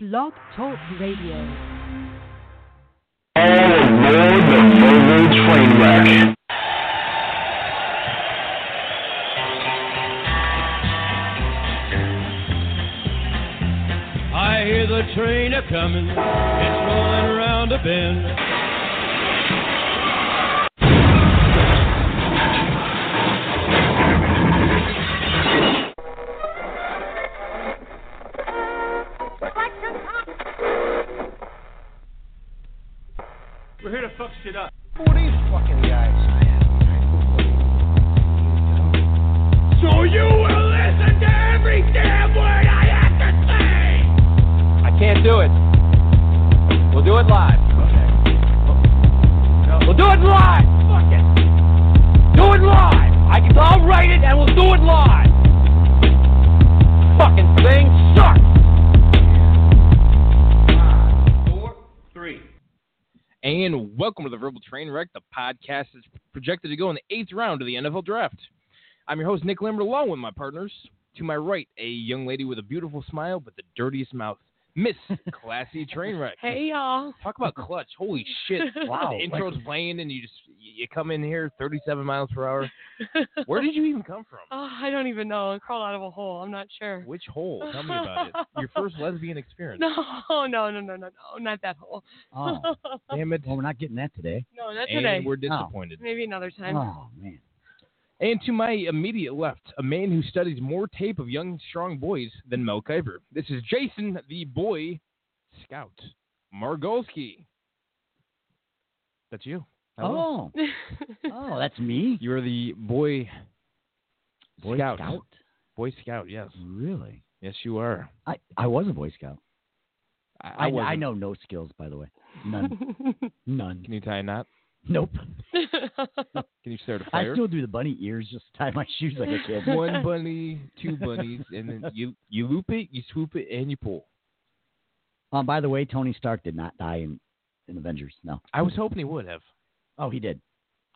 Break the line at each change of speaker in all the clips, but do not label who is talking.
Blog Talk Radio.
All aboard Oh, the mobile train wreck.
I hear the train a coming, it's rolling around a bend. We're here to fuck shit up.
So you will listen to every damn word I have to say!
I can't do it. We'll do it live. We'll do it live. Fuck it. Do it live. I can. I'll write it and we'll do it live. Fucking thing sucks.
Four, three.
And welcome to the Verbal Train Wreck, the podcast that's projected to go in the eighth round of the NFL Draft. I'm your host, Nick Lambert, along with my partners. To my right, a young lady with a beautiful smile but the dirtiest mouth, Miss Classy Trainwreck.
Hey y'all.
Talk about clutch. Holy shit.
Wow,
The intro's playing and you just you come in here 37 miles per hour. Where did you even come from?
Oh, I don't even know. I crawled out of a hole. I'm not sure.
Which hole? Tell me about it. Your first lesbian experience.
No, no, no, no, no, no, not that hole.
Oh,
Damn it.
well, we're not getting that today.
no, not today.
And we're disappointed.
Maybe another time.
Oh, man.
And to my immediate left, a man who studies more tape of young, strong boys than Mel Kiper. This is Jason, the boy scout, Margolski. That's you. Hello.
Oh, oh, that's me?
You're the boy,
Boy
scout.
Scout?
Boy scout, yes.
Really?
Yes, you are.
I, I was a Boy Scout. I, I,
wasn't.
know no skills, by the way. None. None.
Can you tie a knot?
Nope.
Can you start a
I
fire?
still do the bunny ears, just tie my shoes like a kid.
One bunny, two bunnies, and then you, you loop it, you swoop it, and you pull.
um, by the way, Tony Stark did not die in, in Avengers. No.
I was hoping he would have.
Oh, he did.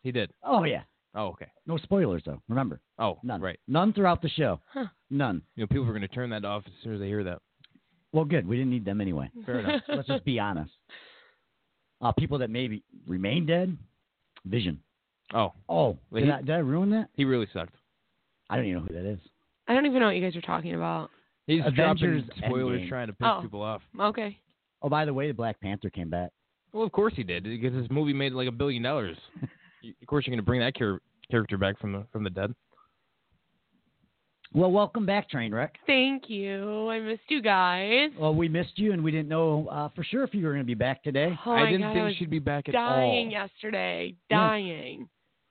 He did.
Oh, yeah.
Oh, okay.
No spoilers, though. Remember,
Oh,
none.
right.
None throughout the show.
Huh.
None.
You know, people are going to turn that off as soon as they hear that.
Well, good. We didn't need them anyway.
Fair enough.
Let's just be honest. Uh, people that maybe remain dead, Vision.
Oh,
Oh,
Wait,
did,
he-
I, did I ruin that?
he really sucked.
I don't even know who that is.
I don't even know what you guys are talking about.
He's
Avengers
dropping spoilers,
Endgame.
trying to piss
Oh.
people off.
Okay.
Oh, by the way, the Black Panther came back.
Well, of course he did, because this movie made like a billion dollars. You- of course, you're going to bring that char- character back from the from the dead.
Well, welcome back, Trainwreck.
Thank you. I missed you guys.
Well, we missed you, and we didn't know uh, for sure if you were going to be back today.
Oh
I
my
didn't
God, I
think
was
she'd be back at
dying
all.
yesterday.
Yeah.
Dying.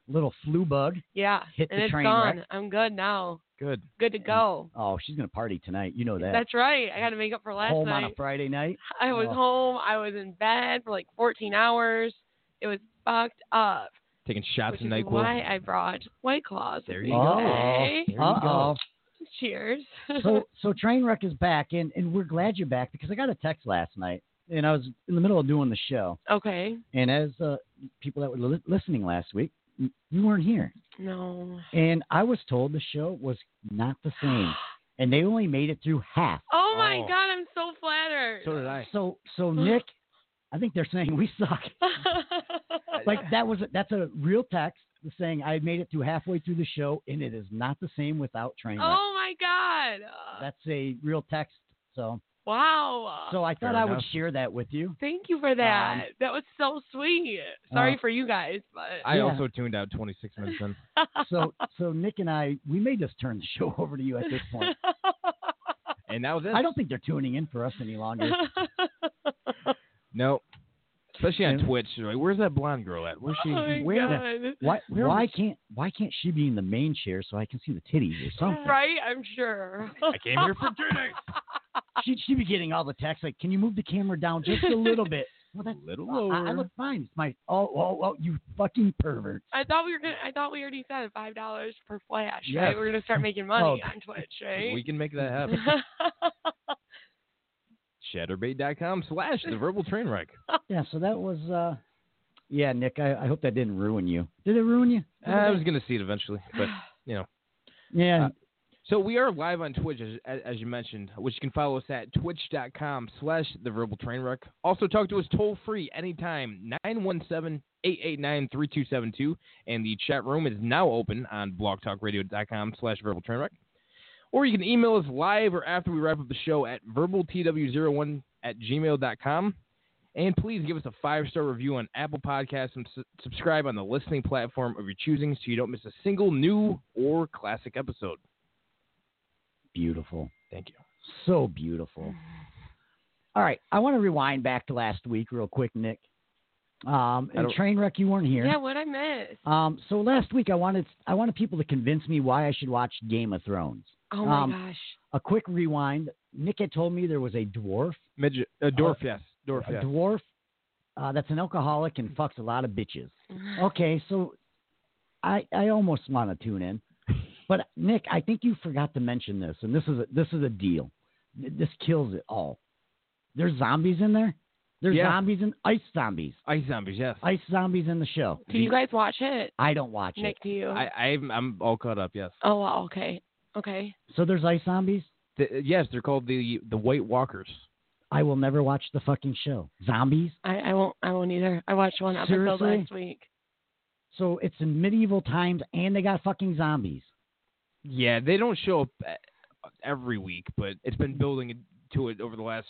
Little flu bug.
Yeah.
Hit
and
the
it's
train
gone.
wreck.
I'm good now.
Good.
Good to go.
Oh, she's going to party tonight. You know that.
That's right. I got to make up for last
Home
night.
on a Friday night.
I was
Oh.
home. I was in bed for like 14 hours. It was fucked up.
Taking shots
which
of
is
NyQuil.
why I brought White Claws.
There
with
you
me
go.
today.
There you
Uh-oh.
go.
Cheers.
Oh. so so Trainwreck is back, and, and we're glad you're back because I got a text last night, and I was in the middle of doing the show,
okay.
and as uh, people that were li- listening last week, m- you weren't here,
No.
and I was told the show was not the same, and they only made it through half.
Oh my
Oh.
god, I'm so flattered.
So did I.
So so Nick, I think they're saying we suck. Like that was a, that's a real text saying I made it through halfway through the show, and it is not the same without Trainwreck.
oh my god.
Oh.
Uh,
That's a real text. So
wow.
so I
Fair
thought I would
enough.
share that with you.
Thank you for that. that was so sweet. Sorry
uh,
for you guys, but
I
Yeah.
also tuned out 26 minutes in.
so so Nick and I we may just turn the show over to you at this point.
And now this.
I don't think they're tuning in for us any longer.
Oh
No. Especially on
Yeah.
Twitch. they're Like, where's that blonde girl at? Where's she?
Oh my
where
God.
Why
Where
why
was-
can't why can't she be in the main chair so I can see the titties or something?
Right, I'm sure.
I came here for titties.
She she'd be getting all the texts like, can you move the camera down just a little bit? Well, that's
Little
I- I,
lower.
look fine. It's my oh oh oh you fucking pervert.
I thought we were gonna. I thought we already said five dollars per flash.
Yes.
Right? We're gonna start making money
Oh,
on Twitch,
We
right?
can make that happen. Chatterbait.com slash the verbal train wreck.
Yeah, so that was uh, yeah Nick. I, I hope that didn't ruin you. Did it ruin you?
I was going to see it eventually, but
Yeah.
Uh, So we are live on Twitch, as, as- as you mentioned, which you can follow us at twitch.com slash the verbal train wreck. Also, talk to us toll free anytime, 917 889 3272. And the chat room is now open on blogtalkradio.com slash verbal train wreck. Or you can email us live or after we wrap up the show at verbaltw01 at gmail.com. And please give us a five star review on Apple Podcasts and su- subscribe on the listening platform of your choosing so you don't miss a single new or classic episode.
Beautiful.
Thank you.
So beautiful. All right. I want to rewind back to last week real quick, Nick. Um,
I
and
don't-
train wreck, you weren't here.
Yeah, what I miss.
Um, so last week I wanted I wanted people to convince me why I should watch Game of Thrones.
Oh my
Um,
gosh.
A quick rewind. Nick had told me there was a dwarf,
Midget, uh, dwarf, yes, dwarf,
a
yes.
dwarf uh, that's an alcoholic and fucks a lot of bitches.
oh,
Okay, so I I almost want to tune in, but Nick, I think you forgot to mention this, and this is a, this is a deal. This kills it all. There's zombies in there. There's
Yeah.
zombies and ice zombies.
Ice zombies, yes. I,
Ice zombies in the show.
Do you guys watch it?
I don't watch it.
Nick, do you?
I, am I'm all caught up. Yes,
oh, wow, okay. Okay.
So there's ice zombies.
The- yes, they're called the the White Walkers.
I will never watch the fucking show. Zombies.
I, I won't I won't either. I watched one episode
Seriously?
last week.
So it's in medieval times, and they got fucking zombies.
Yeah, they don't show up uh, every week, but it's been building to it over the last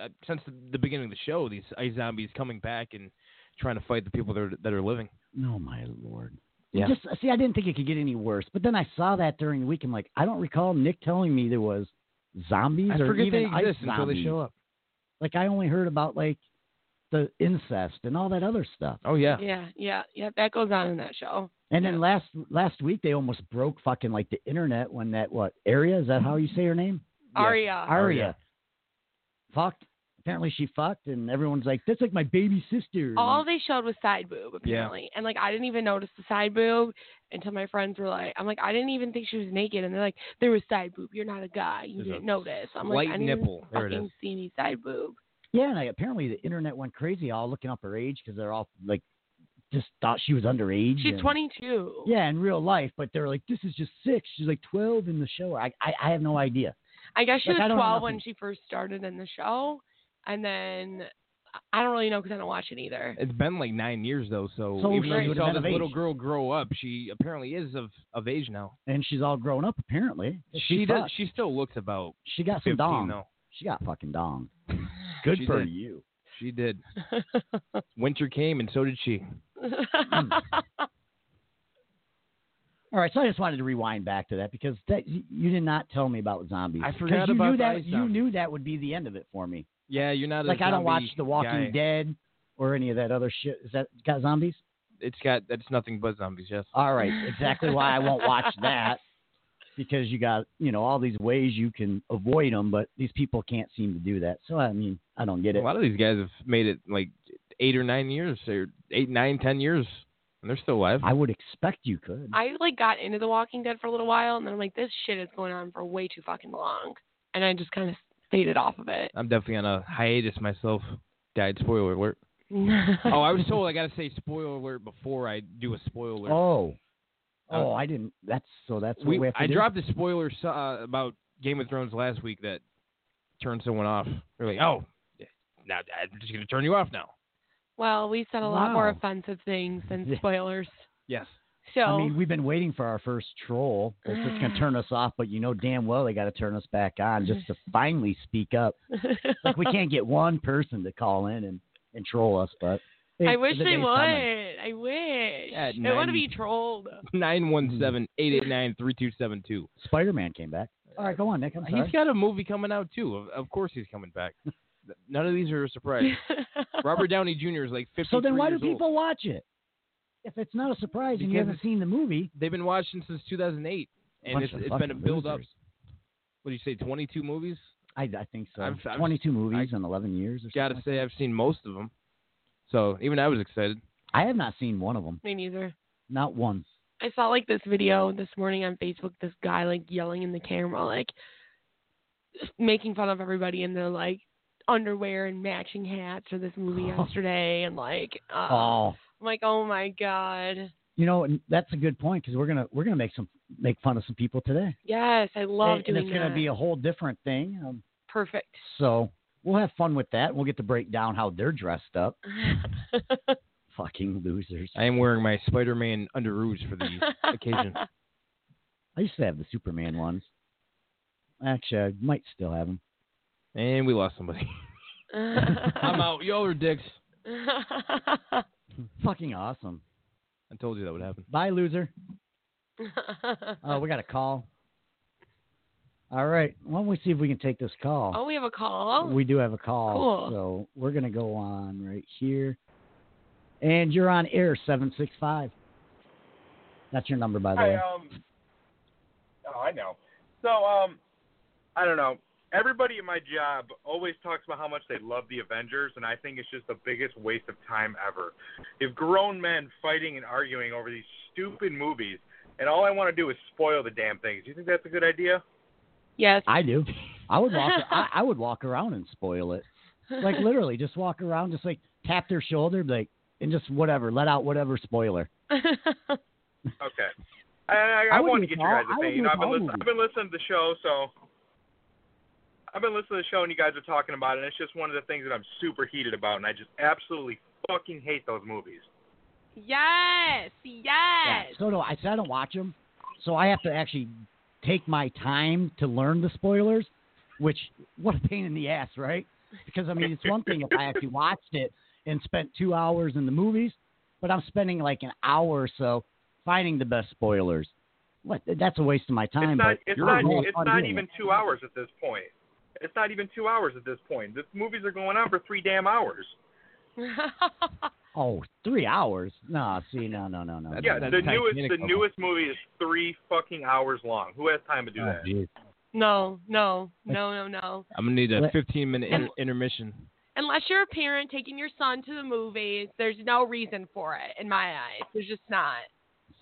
uh, since the, the beginning of the show. These ice zombies coming back and trying to fight the people that are, that are living.
Oh my lord.
Yeah.
Just see, I didn't think it could get any worse. But then I saw that during the week. I'm like, I don't recall Nick telling me there was zombies
I
or
forget
even
they exist
ice
until they
zombies.
show up.
Like I only heard about like the incest and all that other stuff.
Oh yeah,
Yeah, yeah, yeah. That goes on in that show.
And then last last week they almost broke fucking like the internet when that what Aria is that how you say her name?
Aria.
Aria. Fucked. Apparently she fucked, and everyone's like, "That's like my baby sister."
Mm-hmm.
And
All they showed was side boob apparently, and like I didn't even notice the side boob until my friends were like, "I'm like I didn't even think she was naked," and they're like, "There was side boob. You're not a guy. You
There's a
didn't notice." I'm
light
like, "I didn't even
nipple. There it
fucking
is.
see any side boob."
Yeah, and I, apparently the internet went crazy, all looking up her age because they're all like, just thought she was underage.
She's
and-
22.
Yeah, in real life, but they're like, this is just six. She's like twelve in the show. I, I, I have no idea.
I guess she
Like, I
was
don't know
12 when
nothing.
she first started in the show, and then I don't really know because I don't watch it either.
It's been like nine years though, so,
So
even though
she
you
would've
saw
been
this
of
little
age.
girl grow up, she apparently is of of age now.
And she's all grown up apparently.
She, does.
fucked.
She still looks about
She got some
15
dong.
though.
She got fucking dong. Good
She
for
did.
you.
She did. Winter came and so did she. Hmm.
All right, so I just wanted to rewind back to that because that you- you did not tell me about zombies.
I
'Cause
forgot
you
about
knew
the
that.
ice
You
zombies.
knew that would be the end of it for me.
Yeah, you're not a
Like I don't watch
zombie
The Walking
guy.
Dead or any of that other shit. Is that got zombies?
It's got that's nothing but zombies. Yes.
All right, exactly why I won't watch that because you got you know all these ways you can avoid them, but these people can't seem to do that. So I mean, I don't get
A
it.
lot of these guys have made it like eight or nine years, or eight, nine, ten years, and they're still alive.
I would expect you could.
I like got into The Walking Dead for a little while, and then I'm like, this shit is going on for way too fucking long, and I just kind of faded off of it.
I'm definitely on a hiatus myself. Died. Spoiler alert. Oh, I was told I gotta say spoiler alert before I do a spoiler.
oh,
Uh,
oh, I didn't. That's so that's what we,
we,
have to
I
do?
dropped a spoiler so- uh, about Game of Thrones last week that turned someone off. They're like, oh, now I'm just gonna turn you off now.
well, we said a lot more
Wow.
offensive things than
Yeah.
spoilers.
Yes.
So
I mean, we've been waiting for our first troll that's just gonna turn us off, but you know damn well they got to turn us back on just to finally speak up. Like we can't get one person to call in and, and troll us, but
I
it-
wish
the
they
day's
would.
coming.
I wish.
At
I want
90.
to be trolled.
917 889 3272.
Spider-Man came back. All right, go on, Nick. I'm sorry.
He's got a movie coming out, too. Of, of course, he's coming back. None of these are a surprise. Robert Downey Jr. is like 50.
So then why do people watch it? If it's not a surprise and you
Because
haven't seen the movie,
They've been watching since 2008, and
Bunch
it's,
of
it's been a
fucking
build up.
losers.
What do you say, 22 movies?
I, I think so.
I've- I've-
22 movies in 11 years or
Gotta
something.
say, I've seen most of them. So even I was excited.
I have not seen one of them.
Me neither.
Not one.
I saw like this video this morning on Facebook. This guy like yelling in the camera, like making fun of everybody in their like underwear and matching hats for this movie yesterday, and like, uh,
Oh,
I'm like, oh my god,
you know, and that's a good point because we're gonna we're gonna make some make fun of some people today.
Yes, I
and,
love
and
doing
it's going
that.
to be a whole different thing. Um,
Perfect.
so we'll have fun with that. We'll get to break down how they're dressed up. Fucking losers.
I am wearing my Spider-Man underoos for the occasion.
I used to have the Superman ones. Actually, I might still have them.
And we lost somebody. I'm out. Y'all are dicks.
Fucking awesome.
I told you that would happen.
Bye, loser. Oh, we got a call. All right. Why don't we see if we can take this call?
oh, we have a call.
We do have a call.
Cool.
So we're going to go on right here. And you're on air 765. That's your number, by the
I
way.
um. Oh, I know. So um, I don't know. Everybody at my job always talks about how much they love the Avengers, and I think it's just the biggest waste of time ever. You have grown men fighting and arguing over these stupid movies, and all I want to do is spoil the damn things. Do you think that's a good idea?
yes.
I do. I would walk. I, I would walk around and spoil it. Like literally, just walk around, just like tap their shoulder, be like, and just whatever, let out whatever spoiler.
Okay. I, I,
I
I
would
wanted
do
to get
it
you guys
all- I
a
would
thing.
do
You know,
it
I've been,
all
listen,
movies.
I've been listening to the show, so I've been listening to the show, and you guys are talking about it. And it's just one of the things that I'm super heated about, and I just absolutely fucking hate those movies.
yes. Yes.
So no, I said I don't watch them, so I have to actually take my time to learn the spoilers, which what a pain in the ass, right? Because I mean, it's one thing if I actually watched it and spent two hours in the movies, but I'm spending like an hour or so finding the best spoilers. What? That's a waste of my time.
It's not.
but
It's
you're
not.
having
It's
fun
not
doing
even
it.
two hours at this point. It's not even two hours at this point. The movies are going on for three damn hours.
Oh, three hours? No, see, no, no, no, no.
That's-
Yeah,
that's
the newest.
Titanic
The
level.
newest movie is three fucking hours long. Who has time to do that?
no. No. No. No. No.
I'm gonna need a
Let-
15 minute inter-
And-
intermission.
Unless you're a parent taking your son to the movies, there's no reason for it in my eyes. There's just not.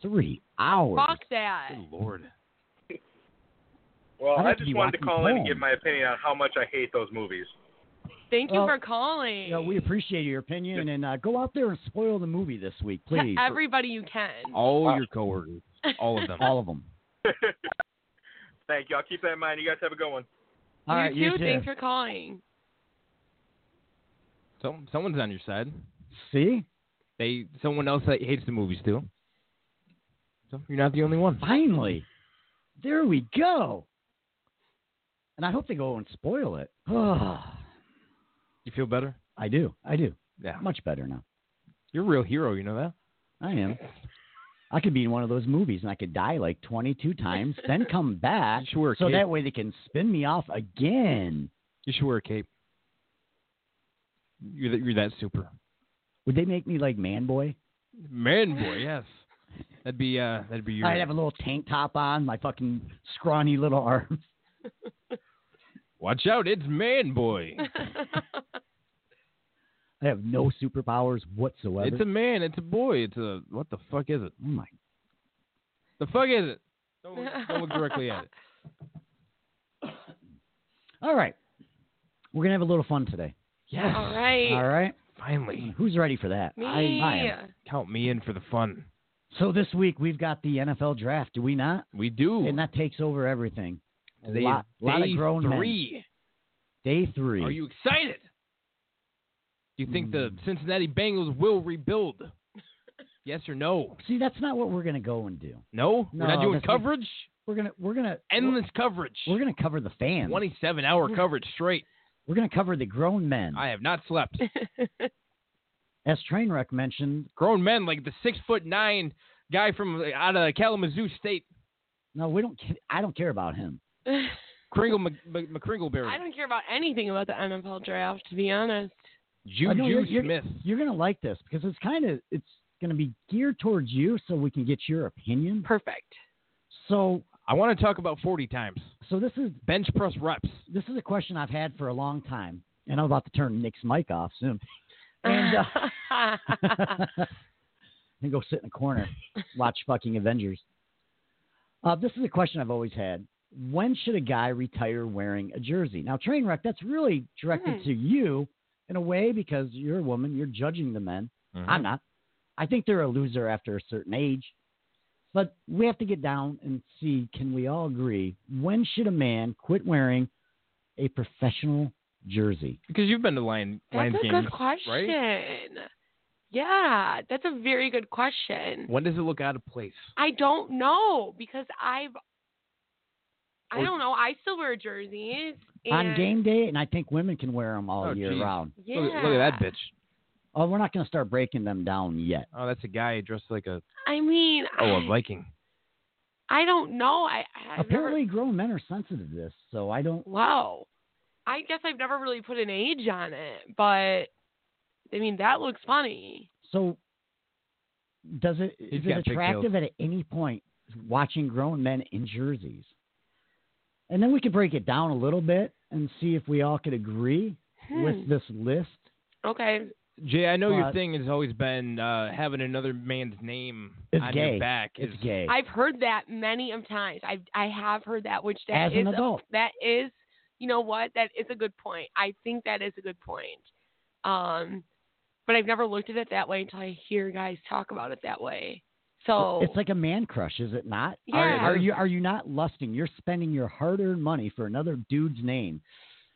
Three hours.
Fuck that.
Good lord.
Well,
I'd
I
have to be
just wanted to
watching
call in
porn.
and give my opinion on how much I hate those movies.
Thank you
Well,
for calling.
Yeah, we appreciate your opinion, and uh, go out there and spoil the movie this week, please.
to everybody you can.
All
Uh,
Wow.
your coworkers. All of them.
All of them.
Thank you. I'll keep that in mind. You guys have a good one.
All right,
you
you
too.
too.
Thanks for calling.
So, someone's on your side.
See,
They someone else that hates the movies too. So you're not the only one.
finally, there we go. And I hope they go and spoil it. I
You feel better?
do. I do.
Yeah.
Much better now.
You're a real hero. You know that.
I am. I could be in one of those movies and I could die like 22 times, then come back,
You should wear a
so
cape.
that way they can spin me off again.
You should wear a cape. You're that, you're that super.
Would they make me like man boy?
Man, boy, yes. That'd be uh, that'd be your.
I'd have a little tank top on, my fucking scrawny little arms.
Watch out, it's man, boy.
I have no superpowers whatsoever.
it's a man. It's a boy. It's a what the fuck is it?
oh my!
The fuck is it? Don't look, don't look directly at it.
All right, we're gonna have a little fun today.
Yes.
All right.
All right,
Finally,
who's ready for that?
Me.
I, I am.
count me in for the fun.
So this week we've got the NFL draft, do we not?
We do.
And that takes over everything. A
Today is
lot, lot
day
of grown men.
three.
Day three.
Are you excited? Do you think the
Mm.
Cincinnati Bengals will rebuild? yes or no?
See, that's not what we're gonna go and do.
No?
No,
We're not doing
that's not-
coverage?
We're gonna we're gonna
Endless coverage.
We're, gonna cover the fans.
27 hour coverage straight.
We're gonna cover the grown men.
I have not slept.
As Trainwreck mentioned,
Grown men like the six foot nine guy from like, out of Kalamazoo State,
no, we don't. ca- I don't care about him.
Kringle Mc, Mc, McKringleberry.
I don't care about anything about the NFL draft, to be honest.
I
Juju
know you're- you're-
Smith.
You're gonna like this because it's kind of it's gonna be geared towards you, so we can get your opinion.
Perfect.
So,
I want to talk about 40 times.
so this is
Bench press reps.
this is a question I've had for a long time, and I'm about to turn Nick's mic off soon, and uh, and go sit in a corner, watch fucking Avengers. Uh, this is a question I've always had. When should a guy retire wearing a jersey? Now, train wreck, that's really directed
Hmm.
to you in a way because you're a Mm-hmm. woman, you're judging the men. I'm not. I think they're a loser after a certain age. But we have to get down and see can we all agree when should a man quit wearing a professional jersey?
Because you've been to Lion,
That's
Lions
a
games,
good question.
right?
Yeah, that's a very good question.
When does it look out of place?
I don't know because I've. I
Or-
don't know. I still wear jerseys.
On
and-
game day, and I think women can wear them all
Oh,
year
geez.
round.
Yeah.
Look, at- look at that bitch.
Oh, we're not going to start breaking them down yet.
Oh, that's a guy dressed like a
I mean,
oh a
I-
Viking.
I don't know. I I've
Apparently, grown men are sensitive to this, so I don't.
Never, wow. I guess I've never really put an age on it, but I mean that looks funny.
So, does it
He's
is it
got big
attractive at any point watching grown men in jerseys? And then we could break it down a little bit and see if we all could agree with
Hmm.
this list.
Okay.
Jay, I know your
But-
thing has always been uh, having another man's name
It's
on
gay.
your back.
It's
is-
gay.
I've heard that many of times. I I have heard that, which that
As
is
an adult.
that is you know what that is a good point. I think that is a good point. Um, but I've never looked at it that way until I hear guys talk about it that way. So
It's like a man crush, is it not? Are,
Yeah.
are you are you not lusting? You're spending your hard-earned money for another dude's name.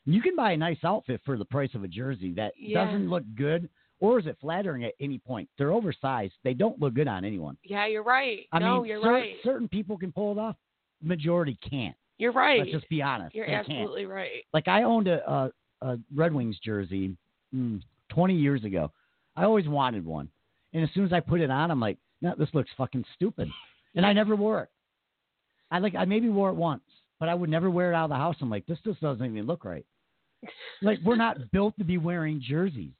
You can buy a nice outfit for the price of a jersey that
Yeah.
doesn't look good, or is it flattering at any point? They're oversized. They don't look good on anyone.
yeah, you're right.
I
no,
mean,
you're
cer-
right.
certain people can pull it off. Majority can't.
You're right.
Let's just be honest.
you're
they can't.
absolutely right.
Like I owned a, a a Red Wings jersey mm, 20 years ago. I always wanted one, and as soon as I put it on, I'm like, no, this looks fucking stupid, and I never wore it. I like I maybe wore it once, but I would never wear it out of the house. I'm like, this just doesn't even look right. Like we're not built to be wearing jerseys.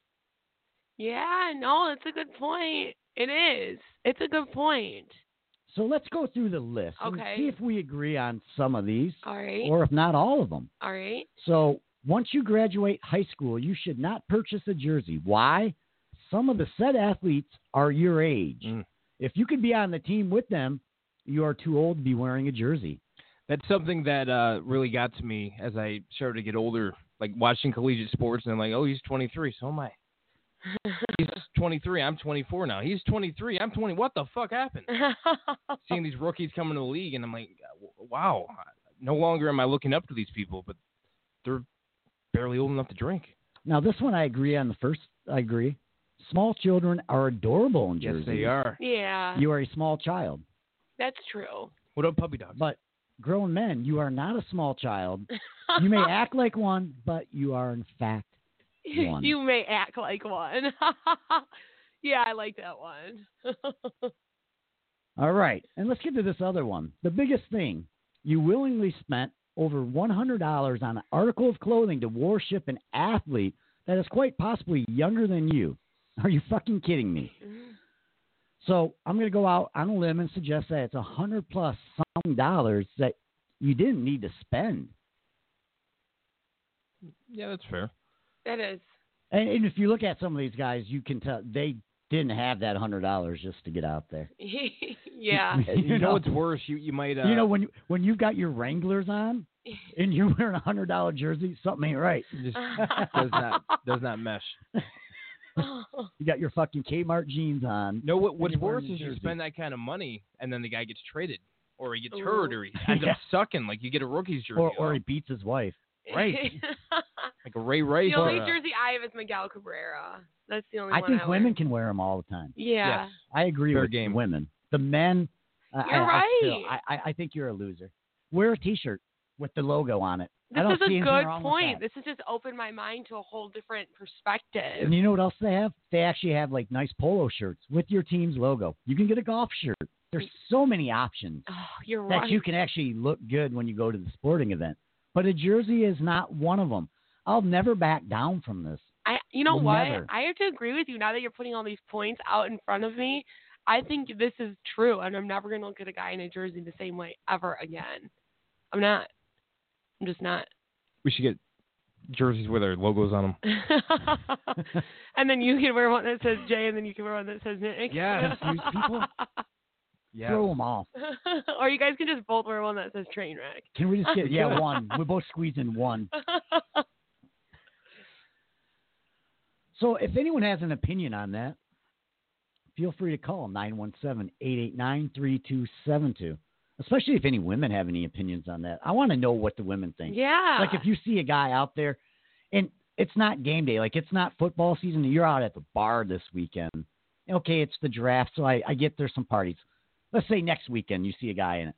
Yeah, no, it's a good point. It is. It's a good point.
So let's go through the list and
Okay.
see if we agree on some of these,
All right.
or if not all of them.
All right.
So once you graduate high school, you should not purchase a jersey. Why? Some of the said athletes are your age.
Mm.
If you could be on the team with them, you are too old to be wearing a jersey.
That's something that uh, really got to me as I started to get older, like watching collegiate sports, and I'm like, oh, he's 23, so am I. He's 23, I'm 24 now. He's 23, I'm 20. What the fuck happened? Seeing these rookies coming to the league, and I'm like, wow. No longer am I looking up to these people, but they're barely old enough to drink.
Now this one I agree on the first I agree. Small children are adorable in
Yes,
jerseys.
they are.
yeah,
You are a small child.
that's true.
What up, puppy dogs?
But grown men, you are not a small child. You may act like one, but you are in fact one.
you may act like one. yeah, I like that one.
All right. And let's get to this other one. The biggest thing you willingly spent over $100 on an article of clothing to worship an athlete that is quite possibly younger than you. Are you fucking kidding me? So I'm going to go out on a limb and suggest that it's a hundred plus some dollars that you didn't need to spend.
yeah, that's fair.
that is.
And, and if you look at some of these guys, you can tell they didn't have that hundred dollars just to get out there.
yeah.
Uh, You, know what's worse? You you might uh,
you know when you, when you've got your Wranglers on and you're wearing a hundred dollar jersey, something ain't right.
just does not does not mesh.
You got your fucking Kmart jeans on.
No, what, what's
you're wearing
worse
the
is you
jersey.
spend that kind of money and then the guy gets traded or he gets
Ooh.
hurt or he ends
Yeah.
up sucking. Like you get a rookie's jersey,
Or, or he
out,
beats his wife.
Right. like a Ray Rice.
the only
or uh, a-
jersey I have is Miguel Cabrera. That's the only
uh, I
one
think
I wear.
women can wear them all the time.
Yeah.
Yes.
I agree
Fair
with
game.
women. The men, uh, I,
You're
I, feel-
right.
I, I, I think you're a loser. Wear a T-shirt with the logo on it. I
This
don't
is a
see anything
good
wrong with
point.
that.
This has just opened my mind to a whole different perspective.
And you know what else they have? They actually have like nice polo shirts with your team's logo. You can get a golf shirt. There's so many options
Oh, you're
that
right.
you can actually look good when you go to the sporting event. But a jersey is not one of them. I'll never back down from this.
I, you know what?
Never.
I have to agree with you. Now that you're putting all these points out in front of me, I think this is true, and I'm never gonna look at a guy in a jersey the same way ever again. I'm not. I'm just not.
we should get jerseys with our logos on them.
and then you can wear one that says Jay, and then you can wear one that says Nick.
Yes,
these people.
Yeah.
Throw them all.
or you guys can just both wear one that says Trainwreck.
Can we just get yeah one? We're both squeezing one. So if anyone has an opinion on that, feel free to call 917 889 3272. Especially if any women have any opinions on that. I want to know what the women think.
Yeah.
Like if you see a guy out there and it's not game day, like it's not football season, you're out at the bar this weekend. Okay, it's the draft, so I, I get there's some parties. Let's say next weekend you see a guy in it.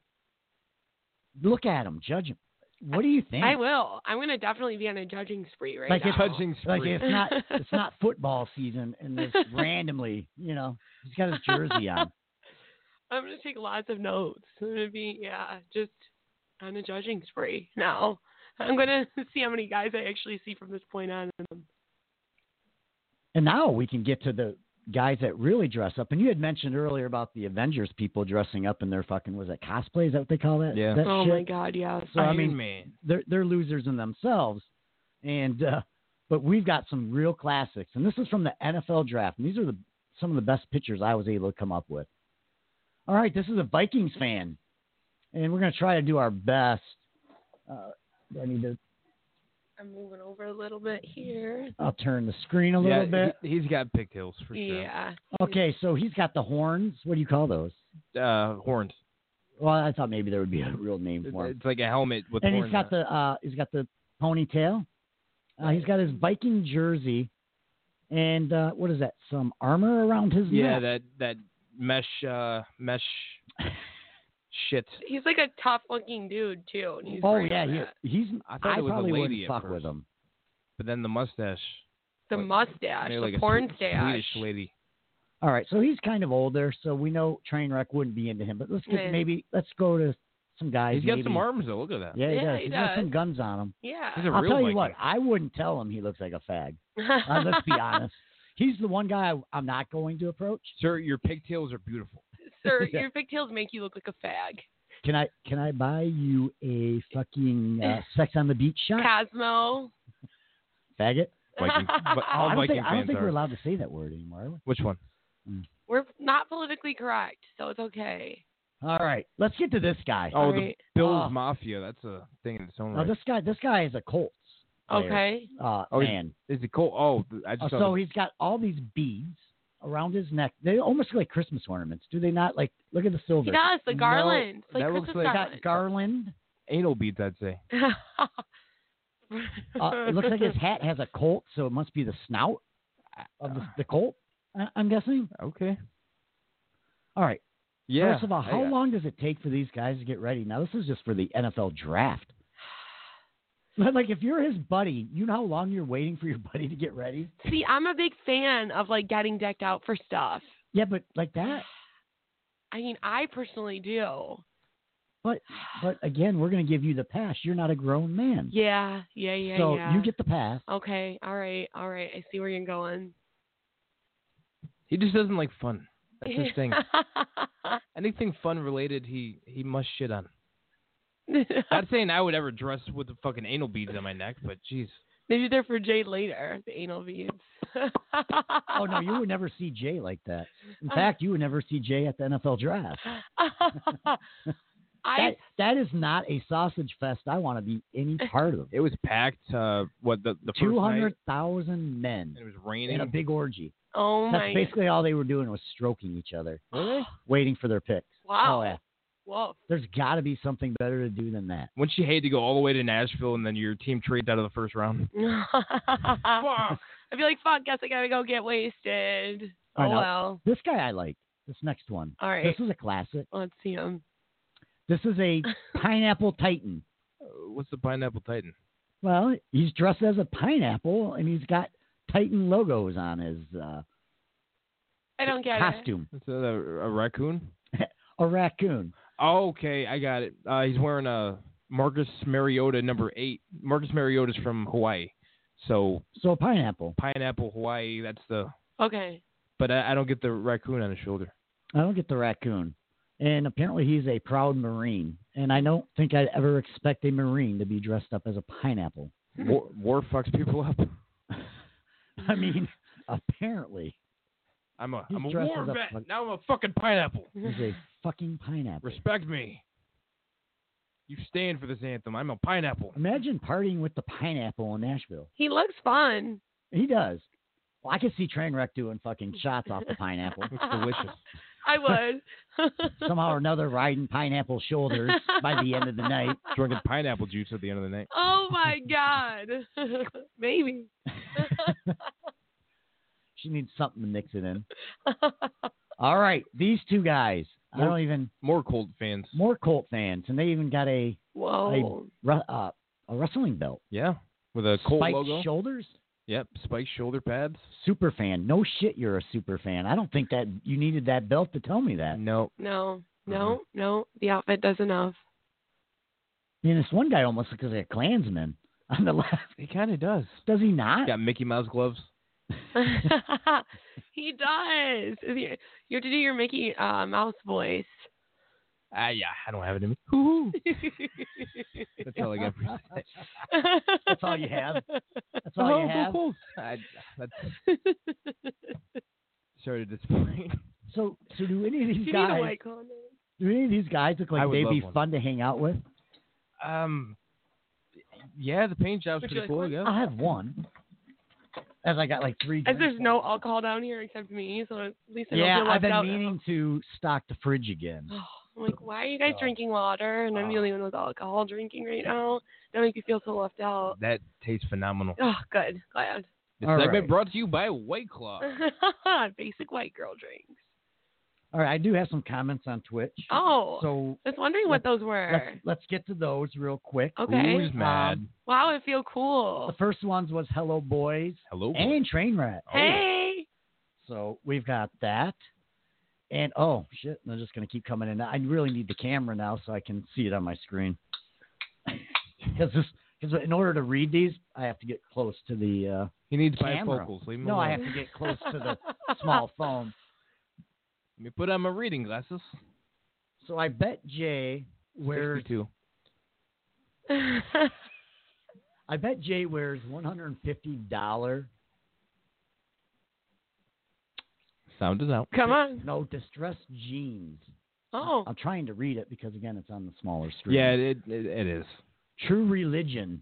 Look at him, judge him. What do you think?
I will. I'm gonna definitely be on a judging spree right
Like
now.
it's-
Judging spree.
Like it's not it's not football season and there's randomly, you know, he's got his jersey on.
I'm gonna take lots of notes. I'm gonna be yeah, just on a judging spree now. I'm gonna see how many guys I actually see from this point on.
And now we can get to the guys that really dress up. And you had mentioned earlier about the Avengers people dressing up in their fucking was it cosplay? Is that what they call that?
Yeah.
That
Oh
shit?
my god, yes.
So I
Iron
mean,
Man.
they're they're losers in themselves. And uh, but we've got some real classics, and this is from the NFL draft. And these are the some of the best pictures I was able to come up with. All right, this is a Vikings fan, and we're gonna try to do our best. Uh, do I need to.
I'm moving over a little bit here.
I'll turn the screen a
yeah,
little bit.
He, has got pigtails for sure.
Yeah.
Okay, so he's got the horns. What do you call those?
Uh, horns.
Well, I thought maybe there would be a real name
It-
for him.
It's like a helmet with
and
horns.
he's got
on it.
the uh, he's got the ponytail. Uh, he's got his Viking jersey, and uh, what is that? Some armor around his
yeah,
neck.
that that mesh uh, mesh shit.
He's like a tough looking dude too. And he's
oh
wearing
yeah,
that.
he, he's.
I thought it was a
probably
lady
wouldn't
at
fuck
first.
with him.
But then the mustache.
The
Like-
mustache,
maybe
the
like a
porn
Swe-
stash.
Swedish lady.
All right, so he's kind of older, so we know Trainwreck wouldn't be into him. But let's get
Right.
maybe let's go to some guys.
He's got
maybe-
some arms though. Look at that.
Yeah, he
Yeah,
does.
he
has got some
does.
guns on him.
Yeah.
He's a
I'll
real
tell you
Viking.
what, I wouldn't tell him he looks like a fag. Uh, let's be honest. He's the one guy I- I'm not going to approach.
Sir, your pigtails are beautiful.
Sir,
Yeah.
your pigtails make you look like a fag.
Can I can I buy you a fucking
Eh.
uh, sex on the beach shot?
Cosmo.
Faggot.
Viking. but all
I don't
Viking
think,
Oh, fans
I don't think
are.
we're allowed to say that word anymore. are we?
Which one?
We're not politically correct, so it's okay.
All right, let's get to this guy.
Oh, the
Alright.
Bills
Oh.
Mafia. That's a thing in its own
Now
right.
this guy, this guy is a Colts. player,
Okay.
Uh,
Oh, he's-
fan.
Is it cool? Oh, th- I just
Uh,
saw
so
the-
he's got all these beads around his neck. They almost look like Christmas ornaments, do they not? Like, look at the silver.
He does the
No,
garland, like
that looks
Christmas
like-
He's got garland.
anal beads. I'd say.
garland.
Uh, it looks like his hat has a Colt, so it must be the snout uh, of the, the Colt. I- I'm guessing.
Okay.
All right.
Yeah.
First of all, uh, how
I-
long does it take for these guys to get ready? Now, this is just for the NFL draft. But, like, if you're his buddy, you know how long you're waiting for your buddy to get ready?
See, I'm a big fan of like getting decked out for stuff.
Yeah, but like that.
I mean, I personally do.
But but again, we're going to give you the pass. You're not a grown man.
Yeah, yeah, yeah,
so
yeah.
you get the pass.
Okay, all right, all right. I see where you're going.
He just doesn't like fun. That's his thing. Anything fun related, he he must shit on. Not saying I would ever dress with the fucking anal beads on my neck, but jeez.
Maybe they're for Jade later, the anal beads.
Oh, no, you would never see Jay like that. In fact, you would never see Jay at the NFL draft.
I
That, that is not a sausage fest I want to be any part of.
It was packed. Uh, what the the first night?
200,000 men
and It was
in
raining.
a big orgy.
oh
That's
my
basically all they were doing was stroking each other,
Really?
waiting for their picks.
wow.
Oh, yeah.
Whoa.
There's got to be something better to do than that.
Wouldn't you hate to go all the way to Nashville and then your team trades out of the first round?
I'd be like, fuck, guess I gotta go get wasted.
I
Oh
know.
well.
This guy I like. This next one.
All right.
This is a classic.
Let's see him.
This is a pineapple titan.
Uh, what's the pineapple titan?
Well, he's dressed as a pineapple and he's got Titan logos on his uh,
I don't get it.
costume.
Is that a, a raccoon?
A raccoon.
Oh, okay, I got it. Uh, he's wearing a Marcus Mariota number eight. Marcus Mariota's from Hawaii, so
So a pineapple.
pineapple Hawaii. That's the.
Okay.
But I, I don't get the raccoon on his shoulder.
I don't get the raccoon. And apparently he's a proud Marine. And I don't think I'd ever expect a Marine to be dressed up as a pineapple.
War, war fucks people up.
I mean, apparently
I'm a
He's
I'm a
dressed
war
as a
vet.
fuck-
Now I'm a fucking pineapple.
he's a fucking pineapple.
Respect me. You stand for this anthem. I'm a pineapple.
Imagine partying with the pineapple in Nashville.
He looks fun.
He does. Well, I could see Trainwreck doing fucking shots off the pineapple.
delicious.
I would.
Somehow or another, riding pineapple shoulders by the end of the night.
Drinking pineapple juice at the end of the night.
Oh my God. Maybe.
she needs something to mix it in. All right, these two guys. I
More-
don't even
More Colt fans.
more Colt fans, and they even got a
Whoa.
ru- uh, a wrestling belt,
Yeah, with a Colt
spiked
logo.
shoulders.
Yep, spiked shoulder pads.
Super fan. No shit, you're a super fan. I don't think that you needed that belt to tell me that.
No,
No,
Mm-hmm.
no, no. The outfit does enough.
I mean, this one guy almost looks like a Klansman on the left.
he kind of does.
Does he not?
Got Mickey Mouse gloves.
he does. Is he- You have to do your Mickey uh, Mouse voice.
Ah, yeah, I don't have it in me. Woo-hoo.
That's
That's all I got. For that.
all you have? That's all
Oh,
you have.
I, that's sort of disappointing.
So, so do any of
You
these
need
guys?
a white claw now.
do any of these guys look
I
like
would
they'd
love
be
one.
fun to hang out with?
Um, yeah, the paint job's
Would
pretty
you like
cool.
one?
Yeah.
I have one. As I got like three.
As
drinks
there's
left.
no alcohol down here except me, so at least I
Yeah,
don't feel
I've
left
been
out.
meaning to stock the fridge again.
I'm like, why are you
Oh.
guys drinking water? And I'm the only one with alcohol drinking right now. That makes me feel so left out.
That tastes phenomenal.
Mm-hmm.
Oh, good. Glad.
This
All
segment
right.
brought to you by White Claw.
Oh.
Basic white girl drinks.
All right, I do have some comments on Twitch.
Oh,
So
I was wondering what those
let's
were.
let's get to those real quick.
Okay.
Who's mad?
Wow, I feel cool.
The first ones was Hello Boys
Hello.
and Trainwreck.
Oh.
Hey.
So we've got that. And oh shit, they're just gonna keep coming in. I really need the camera now so I can see it on my screen. Because this, because in order to read these, I have to get close to the. Uh,
He needs
Camera.
bifocals. Leave him
no,
alone.
I have to get close to the small phone.
Let me put on my reading glasses.
So I bet Jay wears.
62.
I bet Jay wears one hundred and fifty dollar
Sound is out.
Come on.
no distressed jeans.
Oh.
I'm trying to read it because again, it's on the smaller screen.
Yeah, it, it, it is.
True Religion.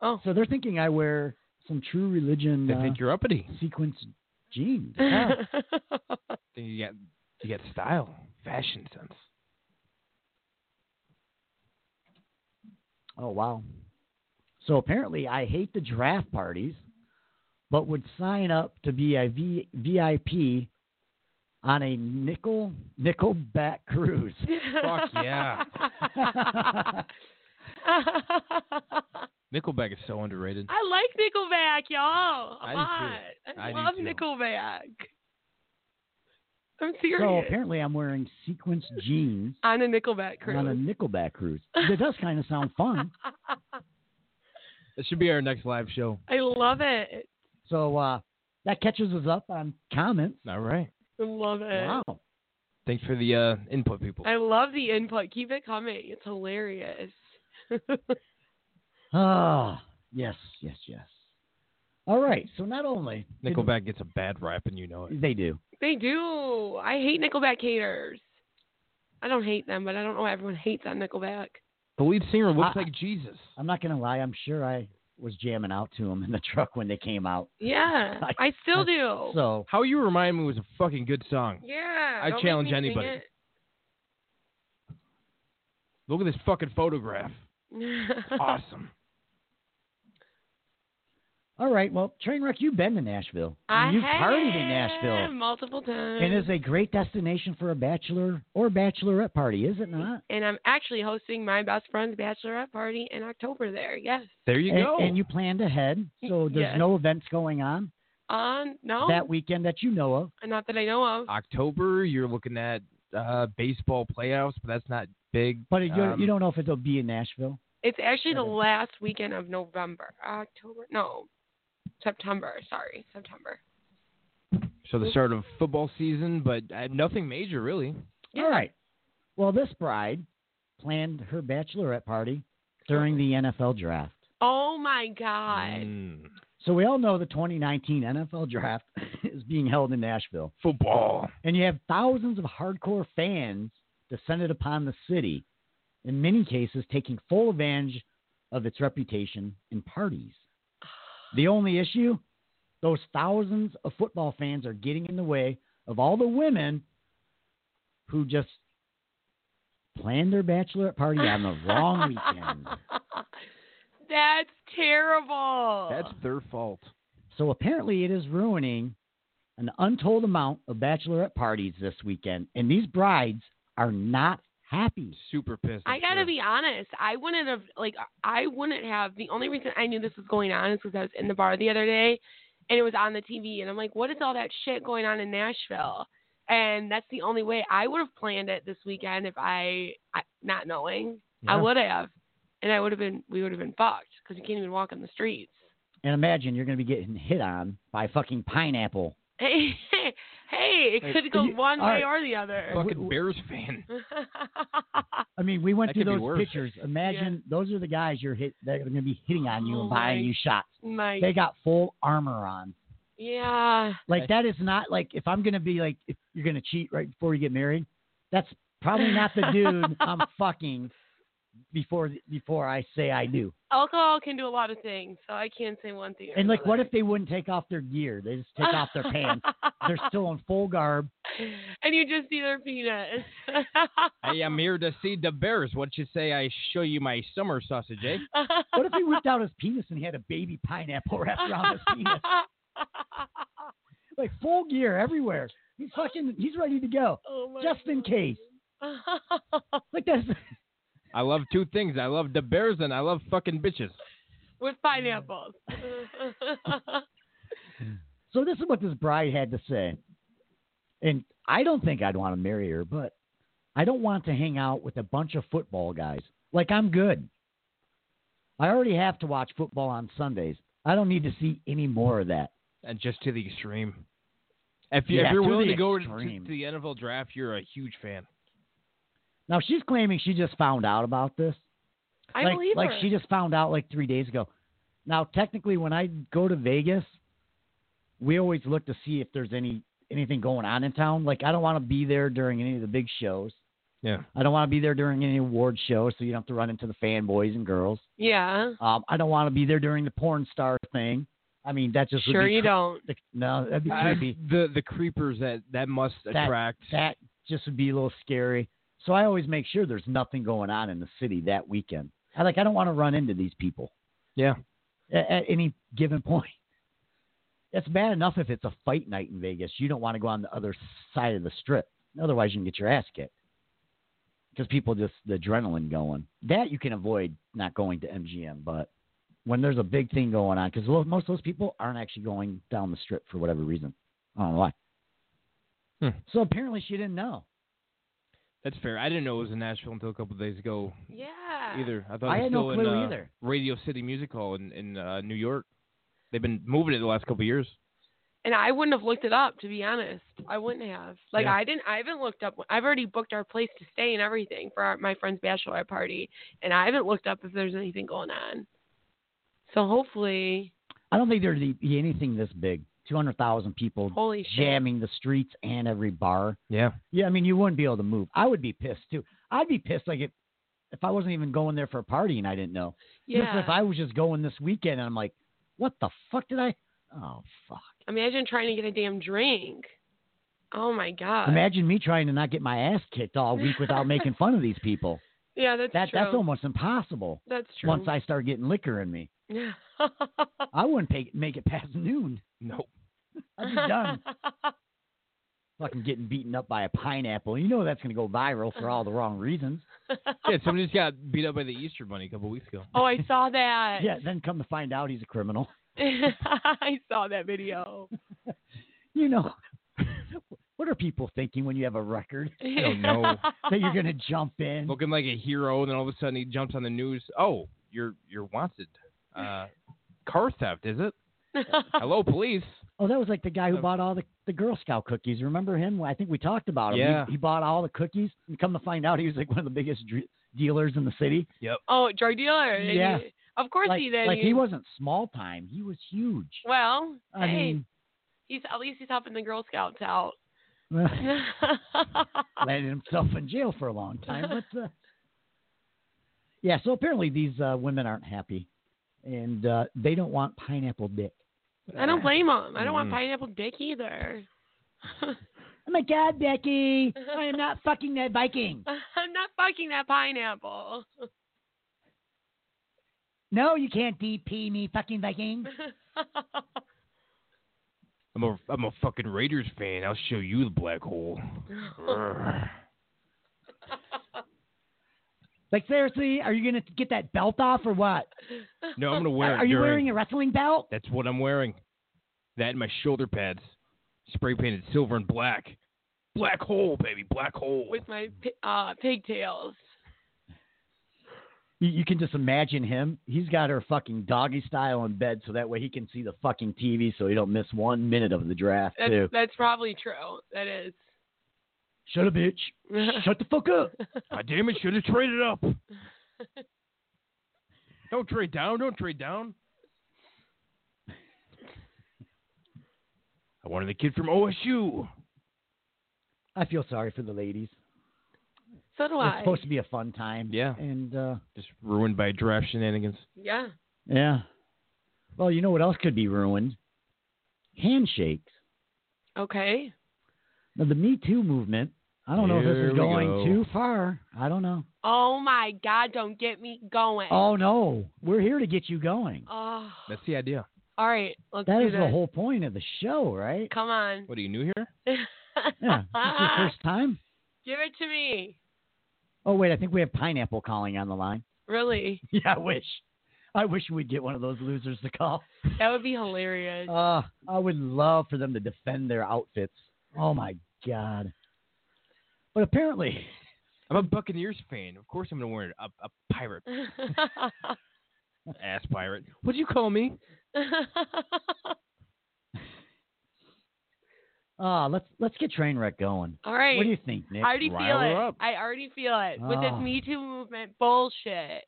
Oh.
So they're thinking I wear some True Religion
They
uh,
think you're uppity.
sequence jeans.
Oh.
Think you got you got style, fashion sense.
Oh wow. So apparently, I hate the draft parties, but would sign up to be a v- VIP on a nickel nickelback cruise.
Fuck yeah.
I
Nickelback is so underrated.
like Nickelback, y'all. A
I do
lot.
too.
I,
I do
love
too.
Nickelback. I'm
So
serious.
apparently, I'm wearing sequence jeans
on a Nickelback cruise.
on a nickelback cruise. That does kind of sound fun.
That should be our next live show.
I love it.
So uh, that catches us up on comments.
All right.
I love it.
Wow.
Thanks for the uh, input, people.
I love the input. Keep it coming. It's hilarious.
Ah, yes, yes, yes. All right. So not only did-
Nickelback gets a bad rap, and you know it.
they do.
they do. I hate Nickelback haters. I don't hate them, but I don't know why everyone hates on Nickelback.
The lead singer looks
I-
like Jesus.
I'm not gonna lie. I'm sure I was jamming out to them in the truck when they came out.
Yeah,
I-
I still do.
Oh.
So
How you remind me was a fucking good song.
yeah.
I
don't make
challenge
me sing
anybody.
it.
Look at this fucking photograph. Awesome.
all right. Well, Trainwreck, you've been to Nashville.
I
You've
have
partied in Nashville.
multiple times.
And it's a great destination for a bachelor or bachelorette party, is it not?
And I'm actually hosting my best friend's bachelorette party in October there. Yes.
There you
and,
go.
and you planned ahead, so there's
Yes.
no events going on
Um,
Oh.
no,
that weekend that you know of.
not that I know of.
October, you're looking at uh, baseball playoffs, but that's not big.
But you
Um,
you don't know if it'll be in Nashville.
It's actually the
Okay.
last weekend of November. October? No. September. Sorry. September.
So the start of football season, but uh, nothing major really.
All right. Well, this bride planned her bachelorette party during the NFL draft.
Oh my God.
Mm.
So we all know the 2019 NFL draft is being held in Nashville,
Football.
and you have thousands of hardcore fans descended upon the city, in many cases taking full advantage of its reputation in parties. The only issue, Those thousands of football fans are getting in the way of all the women who just planned their bachelorette party on the wrong weekend.
That's terrible.
That's their fault.
So apparently, it is ruining an untold amount of bachelorette parties this weekend, and these brides are not happy.
Super pissed.
I gotta be honest. I wouldn't have like I wouldn't have. The only reason I knew this was going on is because I was in the bar the other day, and it was on the TV, and I'm like, what is all that shit going on in Nashville? And that's the only way I would have planned it this weekend if I, I not knowing, I
Yeah.
would have, and I would have been. We would have been fucked because you can't even walk on the streets.
And imagine you're going to be getting hit on by fucking pineapple.
Hey, hey, it
Hey,
could go
you-
one
all right.
way or the other.
Fucking Bears fan.
I mean, we went
That
through
could be
those
worse.
pictures. Imagine those are the guys you're hit that are going to be hitting on you
Oh
and
my-
buying you shots.
My
They got full armor on.
yeah.
Like that is not like if I'm going to be like if you're going to cheat right before you get married, that's probably not the dude I'm fucking before before I say I do.
Alcohol can do a lot of things, so I can't say one thing. or
And like, what
another.
if they wouldn't take off their gear? They just take off their pants. They're still in full garb.
and you just see their penis.
I am here to see the Bears. What you say? I show you my summer sausage, eh?
What if he whipped out his penis and he had a baby pineapple wrapped around his penis? like full gear everywhere. He's fucking. He's ready to go,
Oh my
just in
God.
case. Like that's
I love two things. I love the Bears and I love fucking bitches.
With pineapples.
so. This is what this bride had to say, and I don't think I'd want to marry her, but I don't want to hang out with a bunch of football guys. Like I'm good. I already have to watch football on Sundays. I don't need to see any more of that.
And just to the extreme. If, you,
Yeah,
if you're
to
willing
the
to go to, to
extreme.
the NFL draft, you're a huge fan.
Now she's claiming she just found out about this.
I
like,
believe
like
her.
she just found out like three days ago. Now, technically, when I go to Vegas, we always look to see if there's any anything going on in town. Like, I don't want to be there during any of the big shows.
Yeah.
I don't want to be there during any award shows, so you don't have to run into the fanboys and girls.
yeah.
Um, I don't want to be there during the porn star thing. I mean, that just would
Sure
be
you
cre-
don't.
the- no, that'd be
I-
creepy.
the the creepers that that must
That-
attract.
that just would be a little scary. So I always make sure there's nothing going on in the city that weekend. I like I don't want to run into these people.
Yeah.
At, at any given point. It's bad enough if it's a fight night in Vegas. You don't want to go on the other side of the strip. Otherwise, you can get your ass kicked. Because people just the adrenaline going. That you can avoid not going to MGM, but when there's a big thing going on, because most of those people aren't actually going down the strip for whatever reason. I don't know why.
Hmm.
So apparently, she didn't know.
That's fair. I didn't know it was in Nashville until a couple days ago.
Yeah.
Either Ah, I thought
I
it was
had
still
no
in,
clue
uh,
either.
Radio City Music Hall in in uh, New York. They've been moving it the last couple of years.
And I wouldn't have looked it up to be honest. I wouldn't have. Like
Yeah.
I didn't. I haven't looked up. I've already booked our place to stay and everything for our, my friend's bachelorette party, and I haven't looked up if there's anything going on. So hopefully,
I don't think there'd be anything this big. Two hundred thousand people
holy shit.
jamming the streets and every bar.
Yeah.
Yeah, I mean, you wouldn't be able to move. I would be pissed too. I'd be pissed like if if I wasn't even going there for a party and I didn't know. Just
Yeah.
If I was just going this weekend and I'm like, what the fuck did I? Oh fuck!
Imagine trying to get a damn drink. Oh my god.
Imagine me trying to not get my ass kicked all week without making fun of these people.
yeah, that's
That
true.
that's almost impossible.
That's true.
Once I start getting liquor in me, I wouldn't pay, make it past noon.
No.
I'd be done. fucking getting beaten up by a pineapple. You know that's going to go viral for
Uh-huh.
all the wrong reasons.
Yeah. Somebody just got beat up by the Easter Bunny a couple weeks ago.
oh, I saw that.
Yeah, then come to find out he's a criminal.
I saw that video.
You know, what are people thinking when you have a record
I
don't know.
that you're going to jump in?
Looking like a hero, and then all of a sudden he jumps on the news. Oh, you're you're wanted. Uh, car theft, is it? Hello, police.
Oh, that was like the guy who bought all the, the Girl Scout cookies. Remember him? I think we talked about him. He-
Yeah.
He, bought all the cookies, and come to find out, he was like one of the biggest dr- dealers in the city.
Oh, drug dealer. and
Yeah.
he- Of course
Like,
he did.
like he wasn't small time, he was huge.
Well,
I
hey,
mean,
he's at least he's helping the Girl Scouts out.
landed himself in jail for a long time. But uh, yeah, so apparently these uh, women aren't happy, and uh, they don't want pineapple dick.
I don't blame him. I don't want
Mm.
pineapple dick either.
Oh my God, Becky! I am not fucking that Viking.
I'm not fucking that pineapple.
No, you can't DP me, fucking Viking.
I'm a I'm a fucking Raiders fan. I'll show you the black hole. Urgh.
Like seriously, are you gonna get that belt off or what?
no, I'm gonna wear it.
are you
during-
wearing a wrestling belt?
That's what I'm wearing. That and my shoulder pads, spray painted silver and black. Black hole, baby. Black hole.
With my pi- uh, pigtails.
You, you can just imagine him. He's got her fucking doggy style in bed, so that way he can see the fucking TV, so he don't miss one minute of the draft
That's
too.
that's probably true. That is.
Shut up, bitch. Shut the fuck up.
God damn it! Should have traded up. don't trade down. Don't trade down. I wanted the kid from OSU.
I feel sorry for the ladies.
so do
It's
I.
supposed to be a fun time.
Yeah.
And uh,
Just ruined by draft shenanigans.
Yeah.
yeah. Well, you know what else could be ruined? Handshakes.
Okay.
Now, the Me Too movement. I don't know if
Here
this is
we
going
go.
too far. I don't know.
Oh my God! Don't get me going.
Oh no, we're here to get you going.
Oh.
That's the idea.
All right. Let's
That
do
is
this.
the whole point of the show, right?
Come on.
What are you new here?
Yeah. This is your first time.
Give it to me.
Oh wait, I think we have pineapple calling on the line.
Really?
Yeah, I wish. I wish we'd get one of those losers to call.
That would be hilarious.
Uh, I would love for them to defend their outfits. Oh my god. But apparently,
I'm a Buccaneers fan. Of course, I'm gonna wear a, a pirate
Uh,
ass pirate. What'd you call me?
uh, let's let's get train wreck going.
All right.
What do you think, Nick?
I already feel
rile
it.
her up.
I already feel it with
Oh.
this Me Too movement bullshit.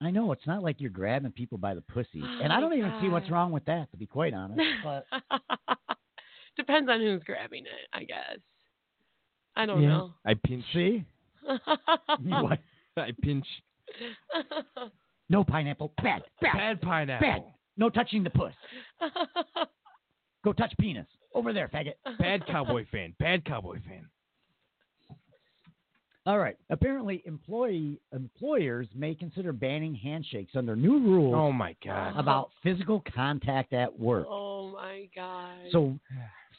I know it's not like you're grabbing people by the pussy,
Oh
and I
my
don't even see what's
God.
wrong with that, to be quite honest. But
Depends on who's grabbing it, I guess. I don't
Yeah.
know.
I pinch.
see,
Oh.
What?
I pinch.
no pineapple, bad, bad,
Bad pineapple.
bad. No touching the puss. Go touch penis over there, faggot.
Bad cowboy fan. Bad cowboy fan.
All right. Apparently, employee employers may consider banning handshakes under new rules
Oh my god.
about physical contact at work.
Oh my god.
So,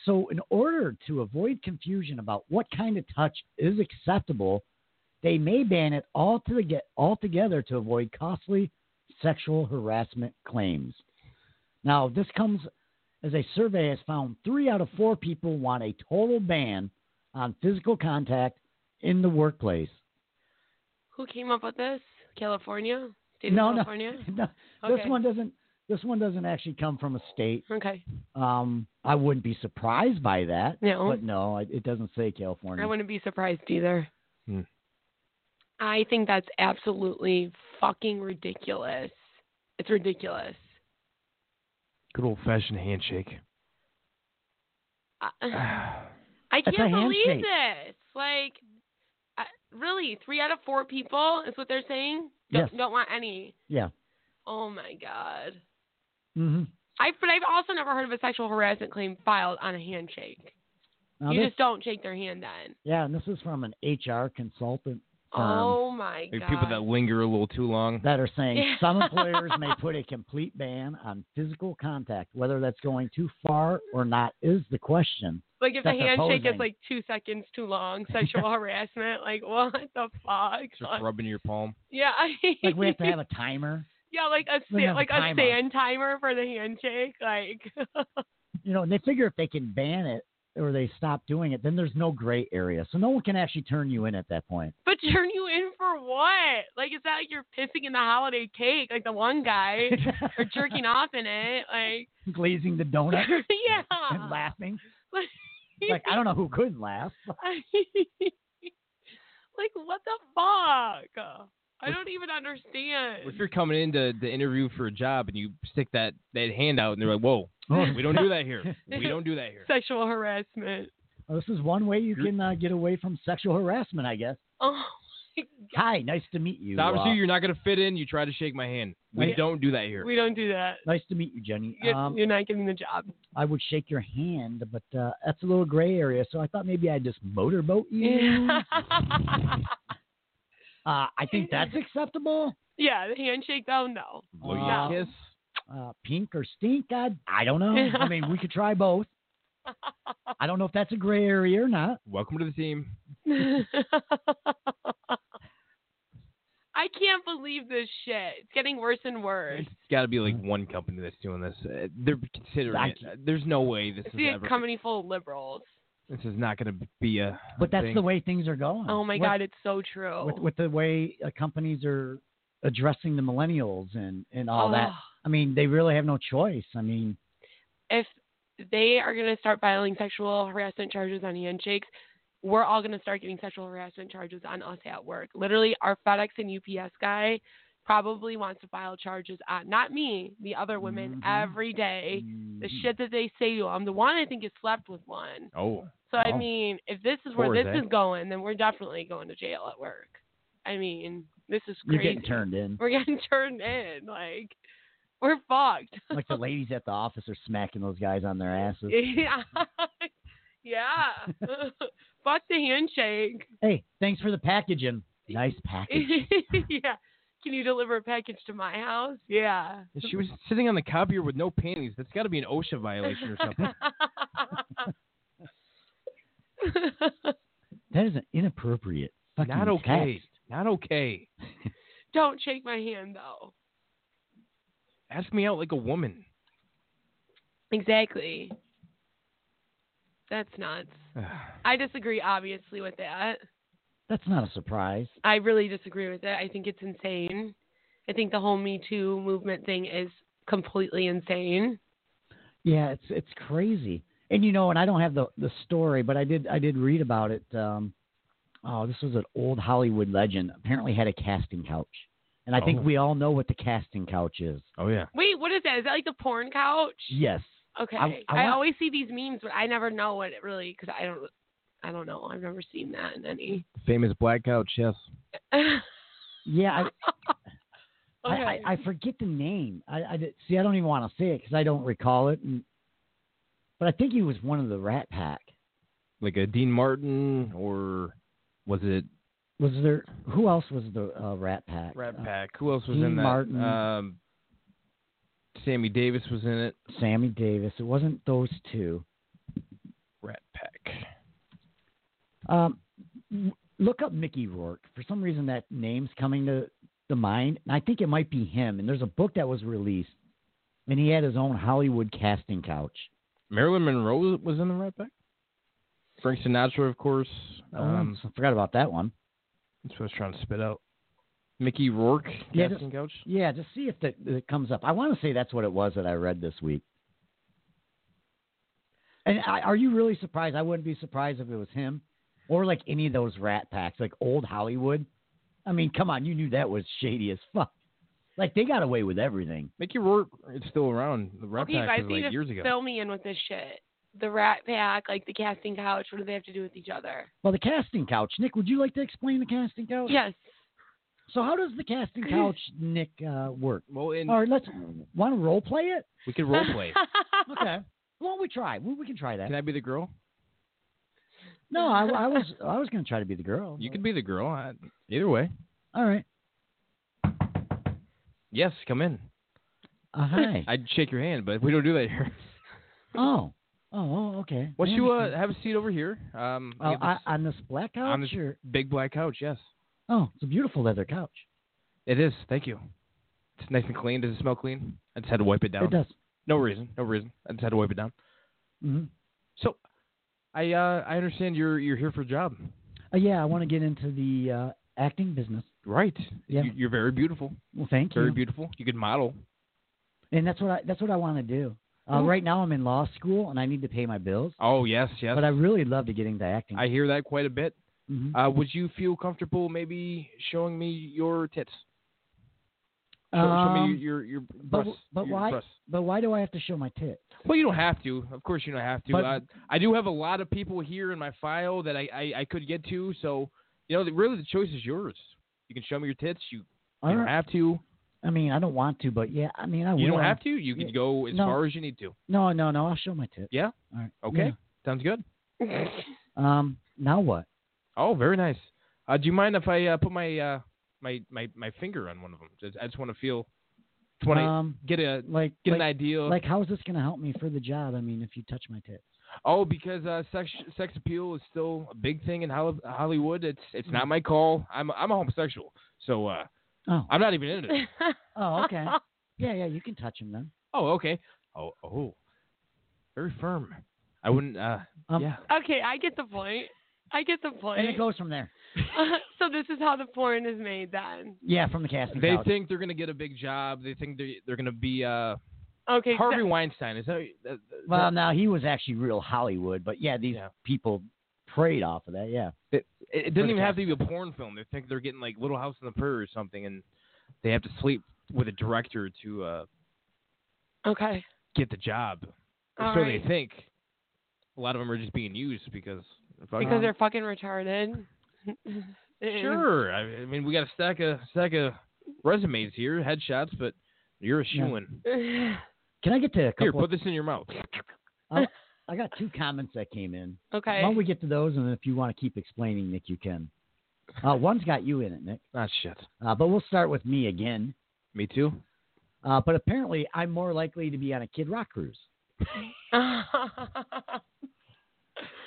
so in order to avoid confusion about what kind of touch is acceptable, they may ban it all to get altogether to avoid costly sexual harassment claims. Now, this comes as a survey has found three out of four people want a total ban on physical contact in the workplace.
who came up with this? California? State of
no, no,
California?
no. This
Okay.
one doesn't. This one doesn't actually come from a state.
Okay.
Um, I wouldn't be surprised by that.
No.
But no, it it doesn't say
I
California.
wouldn't be surprised either.
Hmm.
I think that's absolutely fucking ridiculous. It's ridiculous.
Good old fashioned handshake.
I,
That's
I
That's a
can't believe
handshake.
this. Like, I, really, three out of four people is what they're saying. Don't,
Yes.
don't want any.
Yeah.
Oh my god.
hmm
I but I've also never heard of a sexual harassment claim filed on a handshake.
Now
you
this,
just don't shake their hand then.
yeah, and this is from an HR consultant firm
oh my god.
people that linger a little too long.
that are saying
Yeah.
some employers may put a complete ban on physical contact. Whether that's going too far or not is the question.
Like if the
That's
handshake
opposing.
is like two seconds too long, sexual harassment. Like what the fuck?
Just rubbing your palm.
yeah, I-
Like we have to have a timer.
yeah, like a
we
sta-
have a
like a
timer.
stand timer for the handshake. Like
you know, and they figure if they can ban it or they stop doing it, then there's no gray area. So no one can actually turn you in at that point.
But turn you in for what? Like, it's not like you're pissing in the holiday cake, like the one guy, or jerking off in it, like,
Glazing the donut
yeah.
and laughing. Like, I don't know who couldn't laugh.
Like, what the fuck? I don't even understand.
If you're coming in to, to interview for a job and you stick that, that hand out and they're like, whoa, Oh, we don't do that here. We don't do that here.
Sexual harassment.
Well, this is one way you can uh, get away from sexual harassment, I guess.
Oh
Hi, nice to meet you.
Obviously,
Uh,
you're not gonna fit in. You try to shake my hand. We
Right.
don't do that here.
We don't do that.
nice to meet you, Jenny.
You're,
um,
you're not getting the job.
I would shake your hand, but uh, that's a little gray area. So I thought maybe I'd just motorboat you. uh, I think that's acceptable.
yeah, the handshake though, no.
Blow you a
Uh,
kiss.
Uh, pink or stink? I, I don't know. I mean, we could try both. I don't know if that's a gray area or not.
Welcome to the team.
I can't believe this shit. It's getting worse and worse.
It's got to be like one company that's doing this. Uh, they're considering
I
it. Uh, There's no way this
It's
is
a
ever.
company full of liberals.
This is not going to be a.
But that's
thing.
the way things are going.
Oh my
With-
god, it's so true.
With, with the way uh, companies are addressing the millennials and, and all that.
Ugh.
I mean, they really have no choice. I mean,
If they are going to start filing sexual harassment charges on handshakes, we're all going to start getting sexual harassment charges on us at work. Literally, our FedEx and UPS guy probably wants to file charges on not me, the other women
Mhm.
every day. The
mm,
shit that they say to them. The one I think is slept with one.
Oh,
So I
Oh.
mean, if this is where
Poor
this
Zach.
is going, then we're definitely going to jail at work. I mean, this is
you're
crazy.
getting turned in.
We're getting turned in. Like, we're fucked.
like the ladies at the office are smacking those guys on their asses.
yeah. yeah. Fuck the handshake.
Hey, thanks for the packaging. Nice package.
yeah. Can you deliver a package to my house? Yeah.
she was sitting on the copier with no panties. That's got to be an OSHA violation or something.
That is an inappropriate fucking
not okay.
text.
Not okay.
Don't shake my hand though.
Ask me out like a woman.
Exactly. That's nuts.
Ugh.
I disagree obviously with that.
That's not a surprise.
I really disagree with it. I think it's insane. I think the whole Me Too movement thing is completely insane.
Yeah, it's it's crazy. And you know, and I don't have the the story, but I did I did read about it. Um, oh, this was an old Hollywood legend. Apparently, had a casting couch, and I think
Oh.
we all know what the casting couch is.
oh yeah.
Wait, what is that? Is that like the porn couch?
Yes,
Okay.
I-
I,
I want-
always see these memes, but I never know what it really because I don't. I don't know. I've never seen that in any.
Famous black couch. Yes.
okay.
yeah, I, I, I I forget the name. I, I did- see. I don't even want to say it because I don't recall it. And, but I think he was one of the Rat Pack.
Like a Dean Martin or was it
Was there who else was the uh, Rat Pack?
Rat
Uh,
Pack? Who else was
Dean
in that?
Martin.
Um, Sammy Davis was in it.
Sammy Davis. It wasn't those two.
Rat Pack.
Um, w- look up Mickey Rourke. For some reason, that name's coming to the mind, and I think it might be him. And there's a book that was released, and he had his own Hollywood casting couch.
Marilyn Monroe was in the Rat Pack. Frank Sinatra, of course.
Oh,
Um,
I forgot about that one.
that's what I was trying to spit out. Mickey Rourke,
Yeah,
casting couch.
Yeah, just see if that, that comes up. I want to say that's what it was that I read this week. And I, are you really surprised? I wouldn't be surprised if it was him, or like any of those Rat Packs, like old Hollywood. I mean, come on, you knew that was shady as fuck. Like they got away with everything.
Mickey Rourke is still around. The Rat
okay, you
Pack
guys
was
need
like
to
years ago.
fill me in with this shit. The Rat Pack, like the casting couch. What do they have to do with each other?
Well, the casting couch. Nick, would you like to explain the casting couch?
Yes.
So how does the casting couch, Nick, uh, work?
Well, and
All right, let's want to role play it.
we could role play.
Okay. Why don't we try? We, we can try that.
Can I be the girl?
no, I, I was I was going to try to be the girl.
You could be the girl. I, either way.
All right.
Yes, come in.
Uh, hi.
I'd shake your hand, but we don't do that here.
oh. Oh. Oh. Okay.
Why
I
don't you uh,
understand.
have a seat over here? Um, we
Oh,
have
I,
this
on this black couch.
on this-
or-
big black couch. Yes,
oh, it's a beautiful leather couch.
it is. Thank you. It's nice and clean. Does it smell clean? I just had to wipe it down.
It does.
No reason. No reason. I just had to wipe it down.
hmm
So, I uh, I understand you're you're here for a job,
Uh, yeah, I want to get into the uh, acting business.
right?
Yeah.
You, you're very beautiful.
Well, thank
Very
you.
beautiful. You could model.
And that's what I that's what I want to do. Uh,
Cool.
right now, I'm in law school and I need to pay my bills.
Oh yes, yes.
But I really love to get into acting.
I hear that quite a bit.
Mhm.
Uh, would you feel comfortable maybe showing me your tits? Show, show me
Um,
your your
but-
breasts,
but
your
why-
breasts.
but why do I have to show my tits?
Well, you don't have to. Of course, you don't have to.
But-
uh, I do have a lot of people here in my file that I, I, I could get to. So You know, the- really, the choice is yours. You can show me your tits. You, you
I,
don't
don't,
have to.
I mean, I don't want to, but yeah, I mean, I
You
will.
don't have to. You can
Yeah.
go as
No.
far as you need to.
No, no, no. I'll show my tits.
Yeah?
All right.
Okay. Sounds good.
yeah.
Yeah. Um. Now what?
Oh, very nice. Uh, do you mind if I uh, put my uh, my my my finger on one of them? Just, I just want to feel. Just want to
um.
get a
Like.
get
like,
an idea.
like, how is this gonna help me for the job? I mean, if you touch my tits.
Oh, because uh, sex sex appeal is still a big thing in Hol- Hollywood. It's it's not my call. I'm I'm a homosexual, so uh,
Oh.
I'm not even into it.
Oh. Okay. yeah. Yeah. You can touch them then.
oh, okay. Oh, oh, very firm. I wouldn't. Uh,
Um,
yeah.
okay, I get the point. I get the point.
And it goes from there.
so this is how the porn is made then.
Yeah, from the casting
They
couch.
think they're gonna get a big job. They think they they're gonna be uh,
Okay. so-
Harvey Weinstein. Is that, that, that-
Well, now he was actually real Hollywood, but yeah, these
Yeah.
people preyed off of that. Yeah.
It, it doesn't
the
even have to be a porn film. They think they're getting like Little House on the Prairie or something, and they have to sleep with a director to uh,
okay.
get the job.
All
so
right.
they think. A lot of them are just being used because. fucking-
because they're fucking retarded.
sure. I, I mean, we got a stack of stack of resumes here, headshots, but you're a
Yeah.
shoo in.
Can I get to a couple?
Here,
of-
put this in your mouth.
I got two comments that came in.
okay.
Why don't we get to those, and if you want to keep explaining, Nick, you can. Uh, one's got you in it, Nick.
Ah, shit.
Uh, but we'll start with me again.
Me too.
Uh, but apparently, I'm more likely to be on a Kid Rock cruise.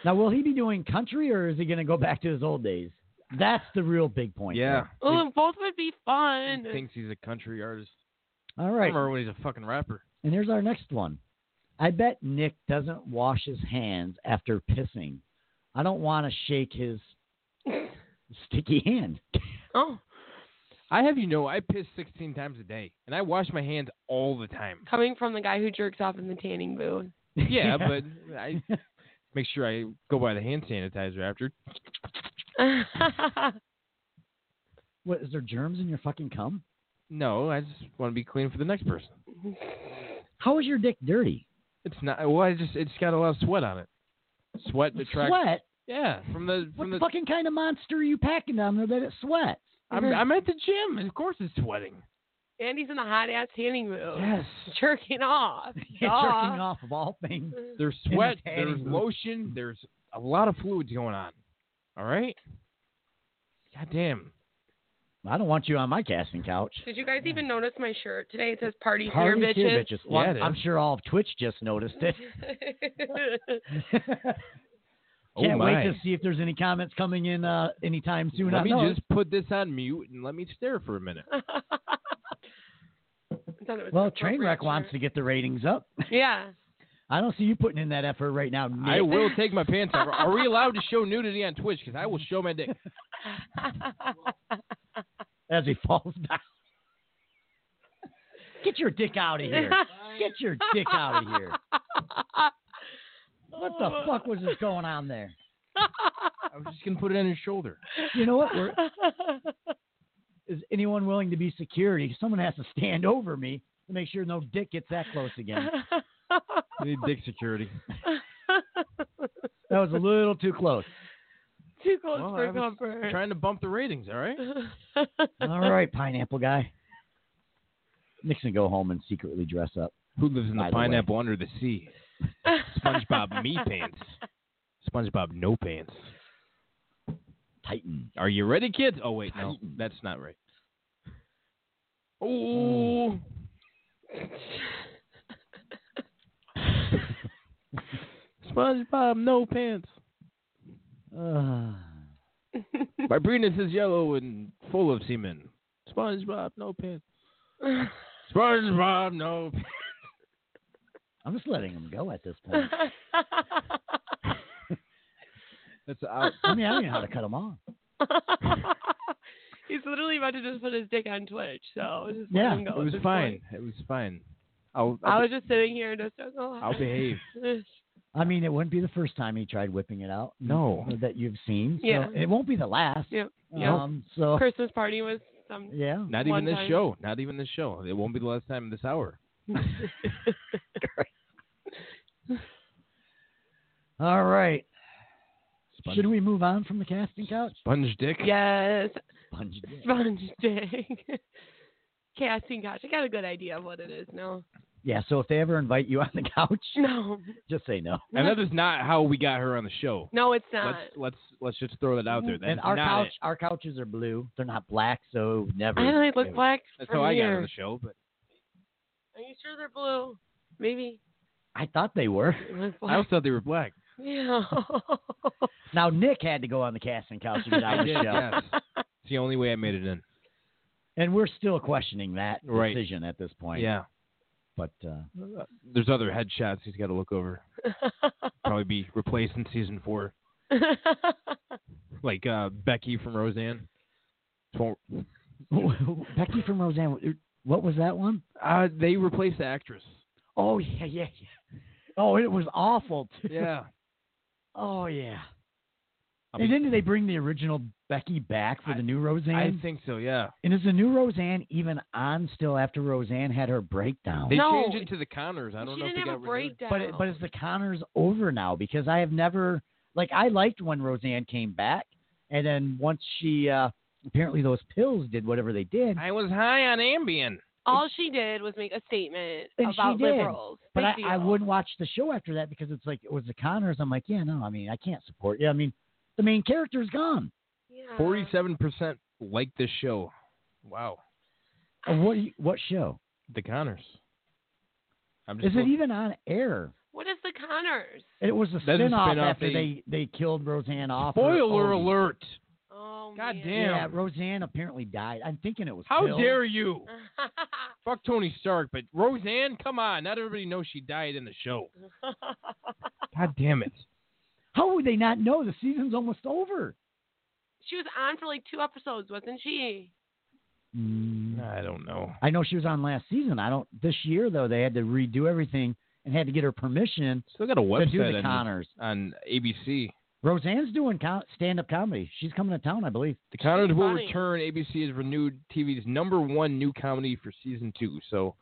Now, will he be doing country, or is he going to go back to his old days? That's the real big point.
Yeah.
Ooh, both would be
He
fun.
thinks he's a country artist.
there. All
I
right.
remember when he's a fucking rapper.
And here's our next one. I bet Nick doesn't wash his hands after pissing. I don't want to shake his sticky hand.
Oh,
I have you know, I piss 16 times a day, and I wash my hands all the time.
coming from the guy who jerks off in the tanning booth.
Yeah, but I make sure I go by the hand sanitizer after.
What is there germs in your fucking cum?
No, I just want to be clean for the next person.
How is your dick dirty?
It's not. Well, I just it's got a lot of sweat on it. Sweat attracts.
Sweat?
Yeah, from the
What
from the.
fucking kind of monster are you packing down there that it sweats?
I'm I'm at the gym. Of course, it's sweating.
Andy's in the hot ass tanning booth.
Yes,
Jerking off.
Jerking off of all things.
there's
In the
sweat.
tanning
There's
booth.
lotion. There's a lot of fluids going on. All right. God damn.
I don't want you on my casting couch.
Did you guys even notice my shirt today? It says "Party,
Party
here,
to your
bitches."
bitches. Well,
Yeah, it
I'm
is.
sure all of Twitch just noticed it.
Oh
Can't
my.
wait to see if there's any comments coming in uh, anytime soon.
let
on
me
those.
just put this on mute and let me stare for a minute.
I thought it was
Well,
an appropriate
Trainwreck wants
shirt.
to get the ratings up.
Yeah.
I don't see you putting in that effort right now, Nick.
I will take my pants off. Are we allowed to show nudity on Twitch? Because I will show my dick.
as he falls down. Get your dick out of here. Get your dick out of here. What the fuck was this going on there?
I was just gonna put it on his shoulder.
You know what? We're, is anyone willing to be security? Someone has to stand over me to make sure no dick gets that close again.
We need dick security.
That was a little too close.
Too close
Well, I
for
was
comfort.
Trying to bump the ratings, all right?
All right, pineapple guy. Nick's gonna go home and secretly dress up.
Who lives in
the By the way.
the pineapple
pineapple
under the sea? SpongeBob me pants. SpongeBob no pants.
Titan.
Are you ready, kids? Oh wait, no, that's not right. Oh, SpongeBob no pants.
Uh,
My penis is yellow and full of semen. SpongeBob no pants. SpongeBob no. pants.
I'm just letting him go at this point.
That's uh, out.
I mean, I don't know how to cut him off.
He's literally about to just put his dick on Twitch, so just
Yeah,
let him go.
It
at
was
this
fine.
point.
It was fine. I'll
I
I'll,
was just sitting here just oh,
I'll behave.
I mean, it wouldn't be the first time he tried whipping it out.
No.
that you've seen. So
Yeah.
and it won't be the last.
Yeah.
Yeah.
Um, so
Christmas party was some.
yeah.
Not even
One
this
time.
show. Not even this show. It won't be the last time this hour.
All right.
Sponge,
Should we move on from the casting couch?
sponge dick.
Yes,
Sponge dick.
sponge dick. Casting couch. I got a good idea of what it is. No,
Yeah, so if they ever invite you on the couch,
no,
just say no.
And that is not how we got her on the show.
no. It's
Let's
not.
let's let's just throw that out there. That's
Mm-hmm. and our
not
couch,
it.
our couches are blue. They're not black, so never.
I don't think
Yeah.
look black
That's
from
how I got her
here.
on the show. But
Are you sure they're blue? Maybe.
I thought they were.
It was
I
black.
also thought they were black.
Yeah.
Now Nick had to go on the casting couch to get
I
on the
did,
show,
yes. It's the only way I made it in.
and we're still questioning that
Right.
decision at this point.
Yeah.
But uh,
There's other headshots he's got to look over.
Oh.
Probably be replaced in season four, like uh, Becky from Roseanne. Well,
Becky from Roseanne, what was that one?
Uh, they replaced the actress.
Oh yeah, yeah, yeah. Oh, it was awful too.
Yeah.
Oh yeah.
I
and
mean,
then did they bring the original Becky back for
I-
the new Roseanne?
I think so. Yeah.
and is the new Roseanne even on still after Roseanne had her breakdown?
They
No,
changed it to the Connors. I don't
she
know if
didn't
they
have a
got renewed.
breakdown.
But it, but is the Connors over now? Because I have never like I liked when Roseanne came back, and then once she uh apparently those pills did whatever they did.
I was high on Ambien.
all she did was make a statement
And she
about
did.
liberals.
but I,
Big
I
deal.
wouldn't watch the show after that because it's like it was the Connors. I'm like, yeah, no, I mean, I can't support you. I mean, the main character's gone.
Yeah.
Forty-seven percent like this show. Wow.
Uh, What do you- what show
The Connors. I'm just
is it
looking-
even on air?
What is the Connors?
It was a
That's a
spin off
spin-off.
after they, they killed Roseanne off. her
Spoiler
Odie.
alert.
Oh,
God
man.
damn.
Yeah, Roseanne apparently died. I'm thinking it was.
How
pills.
dare you? Fuck Tony Stark, but Roseanne, come on. Not everybody knows she died in the show. God damn it.
How would they not know? The season's almost over.
she was on for like two episodes, wasn't she?
Mm,
I don't know.
I know she was on last season. I don't. This year though, they had to redo everything and had to get her permission
Still got a
to do
website
the
on,
Connors.
on ABC.
Roseanne's doing co- stand up comedy. She's coming to town, I believe.
The Connors will
funny.
return. ABC has renewed TV's number one new comedy for season two. So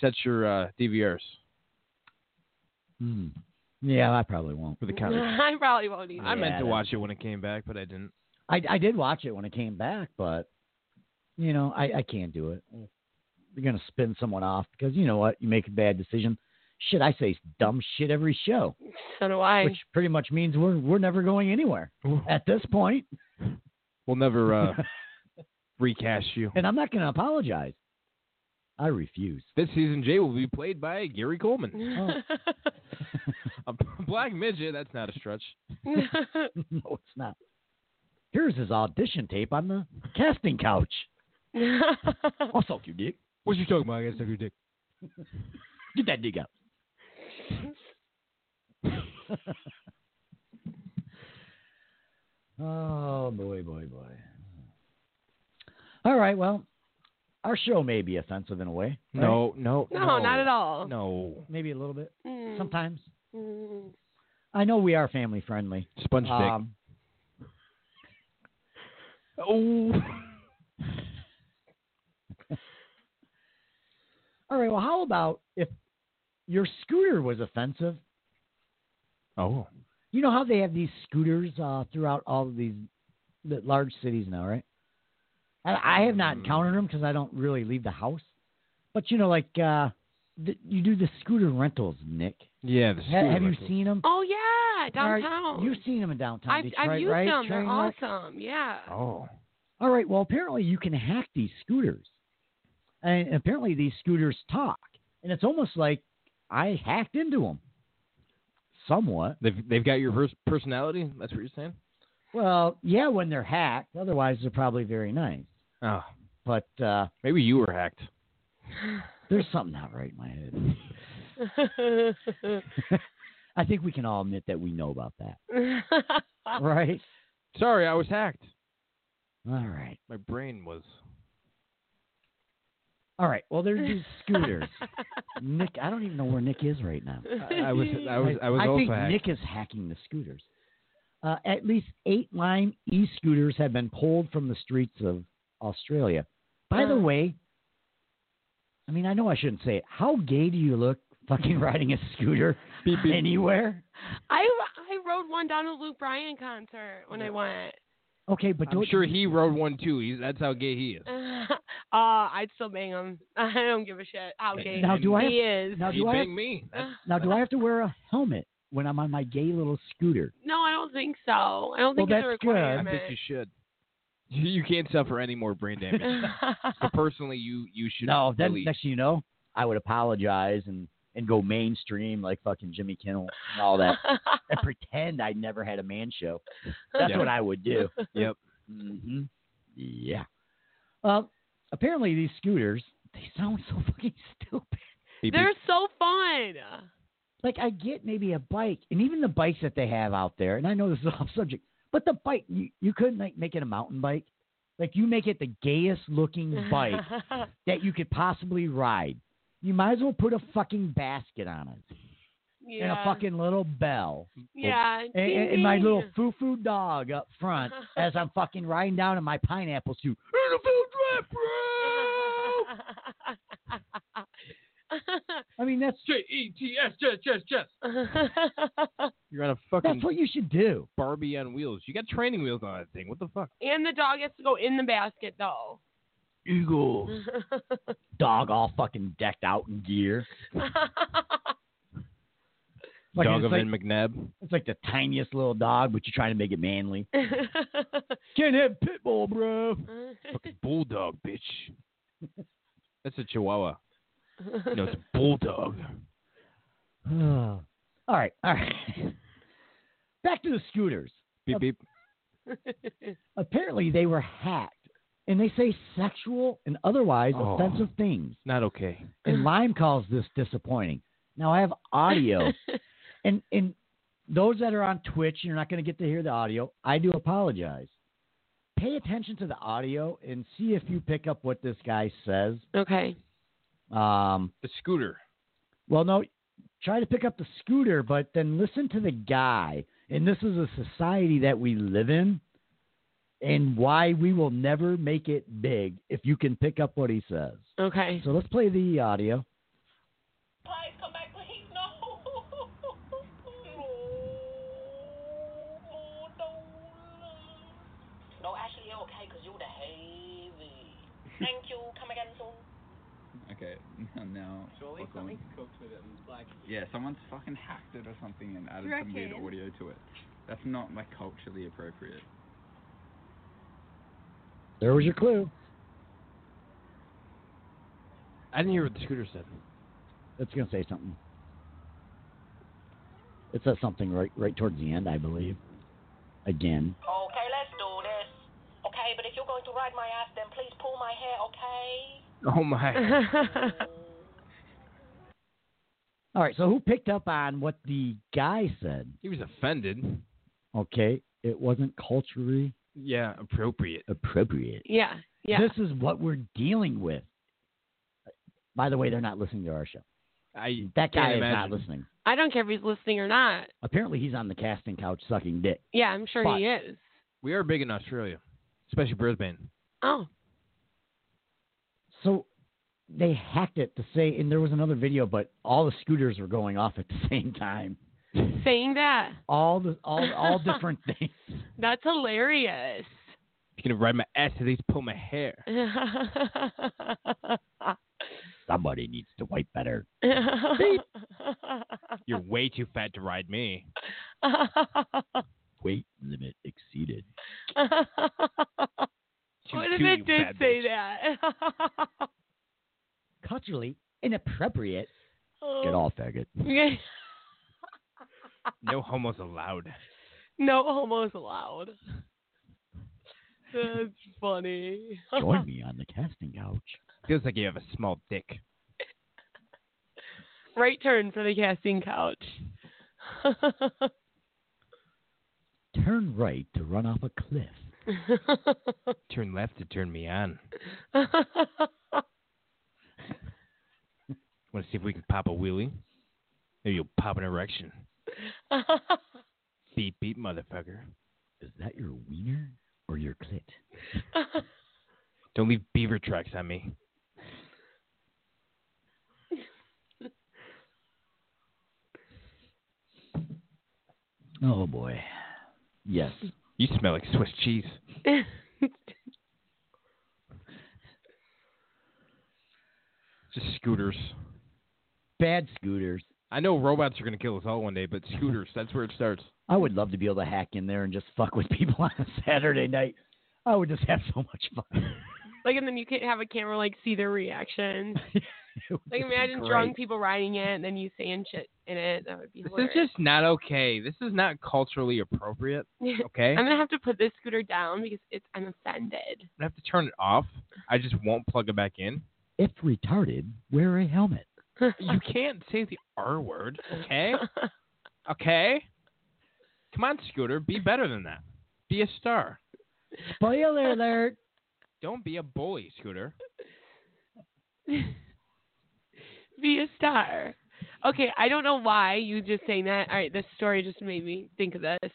set your uh, DVRs
Hmm. Yeah, I probably won't.
for the Connors.
I probably won't either.
I meant to
Yeah.
watch it when it came back, but I didn't.
I, I did watch it when it came back, but you know, I, I can't do it. You're gonna spin someone off because you know what? You make a bad decision. Shit, I say dumb shit every show,
So do I.
which pretty much means we're we're never going anywhere at this point.
We'll never uh, recast you.
And I'm not gonna apologize. I refuse.
This season, Jay will be played by Gary Coleman. A black midget, that's not a stretch.
no, it's not. Here's his audition tape on the casting couch. I'll suck your dick.
What you talking about? I gotta suck your dick.
Get that dick out. oh boy, boy, boy. All right, well, our show may be offensive in a way. right?
No, no,
no, not at all.
No.
maybe a little bit.
Mm.
Sometimes
Mm.
I know we are family friendly.
Sponge dick.
Um,
oh.
all right, well, how about if your scooter was offensive?
Oh.
You know how they have these scooters uh, throughout all of these the large cities now, right? I, I have not encountered them because I don't really leave the house. But you know, like uh, th you do the scooter rentals, Nick.
Yeah, the
Ha- have you
scooter.
seen them?
Oh yeah, downtown.
You've seen them in downtown
I've,
Detroit,
I've used
right?
them. They're
Train wreck?
awesome. Yeah.
Oh.
All right. Well, apparently you can hack these scooters, and apparently these scooters talk, and it's almost like I hacked into them, somewhat.
They've they've got your pers- personality. That's what you're saying.
Well, yeah, when they're hacked. Otherwise, they're probably very nice.
Oh,
But uh,
maybe you were hacked.
there's something not right in my head. I think we can all admit that we know about that, right?
Sorry, I was hacked.
All right.
My brain was.
All right. Well, there's these scooters. Nick, I don't even know where Nick is right now.
I, I was. I was. I was
I
also
think
hacked.
Nick is hacking the scooters. Uh, at least eight line e scooters have been pulled from the streets of Australia. By the
Uh.
way, I mean, I know I shouldn't say it. How gay do you look fucking riding a scooter anywhere.
I I rode one down to Luke Bryan concert when I went.
Okay, but
I'm
don't
sure he rode one too. He's, that's how gay he is.
uh, I'd still bang him. I don't give a shit how gay
now do I
he is. Ah.
now
he
do I have,
banged me. That's-
now do I have to wear a helmet when I'm on my gay little scooter?
No, I don't think so. I don't think
Well,
it's a
that's good.
I
requirement.
think you should. You, you can't suffer any more brain damage. so personally, you you should.
No, then
really-
next thing you know, I would apologize and and go mainstream like fucking Jimmy Kimmel and all that, and pretend I never had a man show. That's
Yeah.
what I would do.
Yep.
hmm Yeah. Well, apparently these scooters they sound so fucking stupid.
Beep, beep.
They're so fun.
Like I get maybe a bike, and even the bikes that they have out there, and I know this is off subject, but the bike you, you couldn't like make it a mountain bike. Like you make it the gayest looking bike that you could possibly ride. You might as well put a fucking basket on it
yeah.
and a fucking little bell
yeah.
and,
ding,
and, and my
ding.
little foo foo dog up front as I'm fucking riding down in my pineapple suit. I mean, that's
J-E-T-S, Jess, Jess, Jess. You're on a fucking
that's what you should do.
Barbie on wheels. You got training wheels on that thing. What the fuck?
and the dog has to go in the basket though.
Eagle dog all fucking decked out in gear. Like,
Dog
it's,
of
like,
Vin McNabb.
it's like the tiniest little dog, but you're trying to make it manly. Can't have pit bull, bro.
Fucking bulldog, bitch. That's a chihuahua. No, it's a bulldog.
all right, all right. Back to the scooters.
Beep, beep.
Apparently, they were hacked, and they say sexual and otherwise
Oh.
offensive things.
Not okay.
And Lime calls this disappointing. Now I have audio, and and those that are on Twitch, you're not going to get to hear the audio. I do apologize. Pay attention to the audio and see if you pick up what this guy says.
okay.
Um,
The scooter.
Well, no, try to pick up the scooter, but then listen to the guy. And this is a society that we live in and why we will never make it big if you can pick up what he says.
Okay.
So let's play the audio.
Please come back, please. No. No, no. No, actually, you're okay because you're the heavy. Thank you. Come again soon.
Okay, no. Surely someone's cooked with it like. Yeah, someone's fucking hacked it or something and added some weird audio to it. That's not like culturally appropriate.
There was your clue.
I didn't hear what the scooter said.
It's going to say something. It says something right, right towards the end, I believe. Again.
Okay, let's do this. Okay, but if you're going to ride my ass, then please pull my hair, okay?
Oh my.
All right, so who picked up on what the guy said?
He was offended.
Okay, it wasn't culturally
Yeah, appropriate.
appropriate.
yeah. Yeah.
This is what we're dealing with. By the way, they're not listening to our show.
I
That guy
can't
is
imagine.
not listening.
I don't care if he's listening or not.
Apparently, he's on the casting couch sucking dick.
Yeah, I'm sure he is.
We are big in Australia, especially Brisbane.
Oh.
So they hacked it to say, and there was another video, but all the scooters were going off at the same time.
Saying that.
All the all all different things.
That's hilarious.
If you can ride my ass, at least pull my hair.
Somebody needs to wipe better.
You're way too fat to ride me.
Weight limit exceeded.
Too
what if
cute,
it
you
did
fat
say
bitch.
that?
Culturally inappropriate. Get off, faggot.
No homos allowed.
no homos allowed. That's funny.
Join me on the casting couch.
Feels like you have a small dick.
right turn for the casting couch.
Turn right to run off a cliff.
Turn left to turn me on. Want to see if we can pop a wheelie? Maybe you'll pop an erection. Beep beep, motherfucker.
Is that your wiener or your clit?
Don't leave beaver tracks on me.
Oh boy. Yes.
You smell like Swiss cheese. Just scooters.
Bad scooters.
I know robots are going to kill us all one day, but scooters, that's where it starts.
I would love to be able to hack in there and just fuck with people on a Saturday night. I would just have so much fun.
Like, and then you could have a camera like see their reactions.
It would
Like,
just be
imagine
great.
drunk people riding it and then you saying shit in it. That would be
This
hilarious.
is just not okay. This is not culturally appropriate, okay?
I'm gonna have to put this scooter down because it's I'm offended.
I have to turn it off. I just won't plug it back in.
If retarded, wear a helmet.
You can't say the R word, okay? Okay? Come on, Scooter. Be better than that. Be a star.
Spoiler alert.
Don't be a bully, Scooter.
Be a star. Okay, I don't know why you just saying that. All right, this story just made me think of this.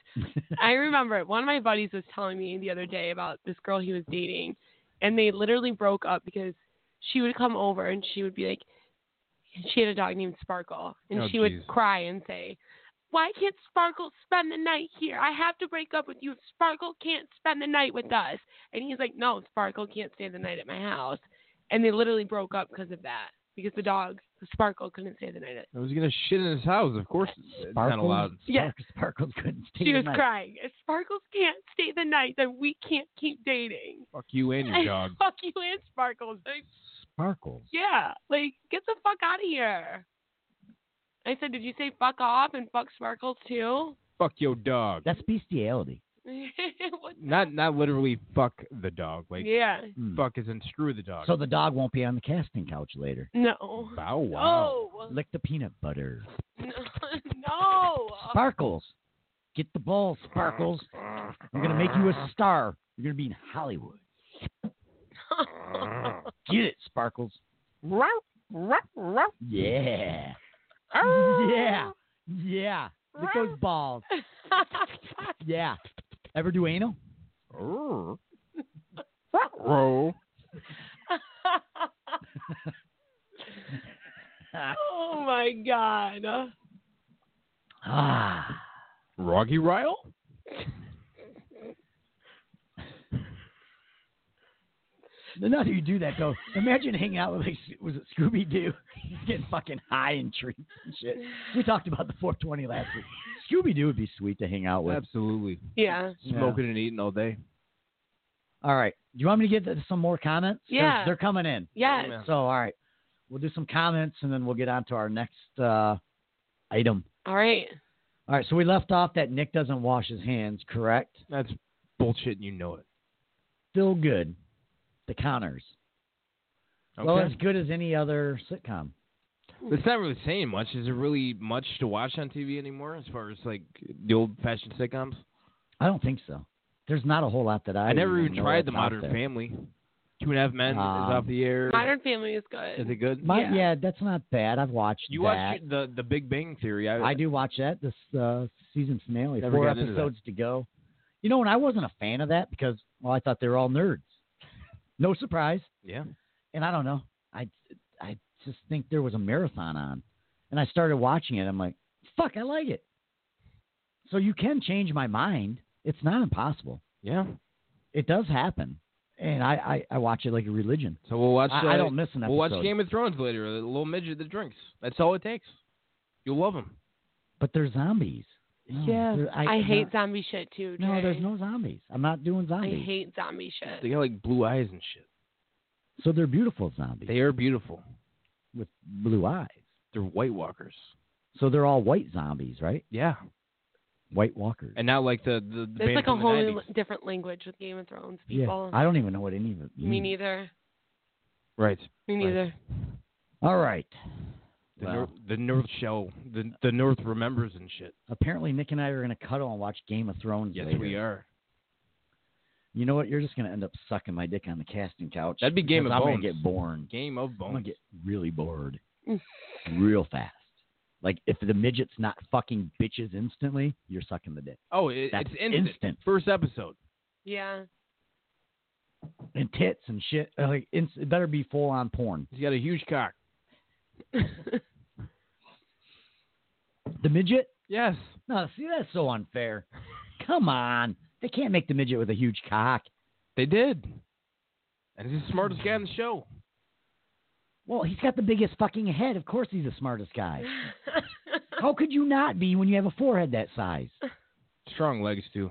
I remember one of my buddies was telling me the other day about this girl he was dating, and they literally broke up because she would come over and she would be like, she had a dog named Sparkle, and
Oh,
she would
jeez.
cry and say, "Why can't Sparkle spend the night here? I have to break up with you if Sparkle can't spend the night with us." And he's like, "No, Sparkle can't stay the night at my house," and they literally broke up because of that. Because the dog, Sparkle, couldn't stay the night. At-
I was going to shit in his house. Of course, it's not
Sparkles-
allowed.
Yeah.
Spark- Sparkles couldn't stay
she was
the night.
crying. If Sparkles can't stay the night, then we can't keep dating.
Fuck you and your dog.
Fuck you and Sparkles. Like,
Sparkles.
yeah, like get the fuck out of here. I said, did you say fuck off and fuck Sparkles too?
Fuck your dog.
That's bestiality.
What-
Not not literally fuck the dog. Like
yeah.
Mm.
fuck is in screw the dog.
So the dog won't be on the casting couch later.
No.
Bow wow.
No. Well,
Lick the peanut butter.
no.
Sparkles. Get the ball, Sparkles. I'm going to make you a star. You're going to be in Hollywood. Get it, Sparkles. Yeah. Yeah. Yeah. Lick those balls. Yeah. Ever do anal?
oh my god.
Ah.
Roggy Ryle?
Now that you do that, though, imagine hanging out with, like, was it Scooby Doo? He's getting fucking high and treats and shit. We talked about the 420 last week. Scooby Doo would be sweet to hang out with.
Absolutely.
Yeah.
Yeah.
Smoking and eating all day.
All right. Do you want me to get to some more comments? They're-
Yeah.
They're, coming in.
Yes.
Yeah.
So, all right. We'll do some comments and then we'll get on to our next uh, item.
All right.
All right. So, we left off that Nick doesn't wash his hands, correct?
That's bullshit and you know it.
Still good. The counters.
Okay.
Well, as good as any other sitcom.
it's not really saying much. Is there really much to watch on TV anymore as far as like the old fashioned sitcoms?
I don't think so. There's not a whole lot that I.
I, never even
know
tried the
that's out
Modern
there.
Family. Two and a half men
Um,
is off the air.
Modern Family is good.
is it good?
My,
Yeah.
yeah. that's not bad. I've watched
you
that.
watched the the Big Bang Theory. I,
I do watch that this uh, season finale.
Never
Four
got into that.
episodes to go. You know, and I wasn't a fan of that because well, I thought they were all nerds. No surprise.
Yeah.
And I don't know. I I just think there was a marathon on, and I started watching it. I'm like, fuck, I like it. So you can change my mind. It's not impossible.
Yeah.
It does happen, and I I, I watch it like a religion.
So we'll watch.
I, I
uh,
don't miss an episode.
We'll watch Game of Thrones later. The little midget that drinks. That's all it takes. You'll love him.
but they're zombies. No,
Yeah.
they're-
I,
I'm
hate
not-
zombie shit too.
No, there's
Jay.
no zombies. I'm not doing
I
zombies.
hate zombie shit.
They got like blue eyes and shit.
So they're beautiful zombies
They are beautiful.
with blue eyes.
They're White Walkers.
So they're all white zombies, right?
Yeah.
White walkers.
And not like the the, the
There's
band
like a
from the
whole
90s.
li- different language with Game of Thrones
yeah.
people.
I don't even know what any of it means.
Me neither.
right.
Me
Right.
neither.
All right.
The,
Wow.
North, the North shell. The the North remembers and shit.
Apparently, Nick and I are going to cuddle and watch Game of Thrones
Yes,
later.
we are.
You know what? You're just going to end up sucking my dick on the casting couch.
That'd be Game
because
of
I'm
Bones.
going to get bored.
Game of
I'm
Bones.
going to get really bored real fast. Like, if the midget's not fucking bitches instantly, you're sucking the dick.
oh, it,
That's
it's instant.
instant.
First episode.
Yeah.
And tits and shit. uh, Like, inst- it better be full on porn.
He's got a huge cock.
The midget,
Yes.
No, see, that's so unfair. Come on. They can't make the midget with a huge cock.
They did. And he's the smartest guy on the show.
Well, he's got the biggest fucking head. Of course he's the smartest guy. How could you not be when you have a forehead that size?
Strong legs, too,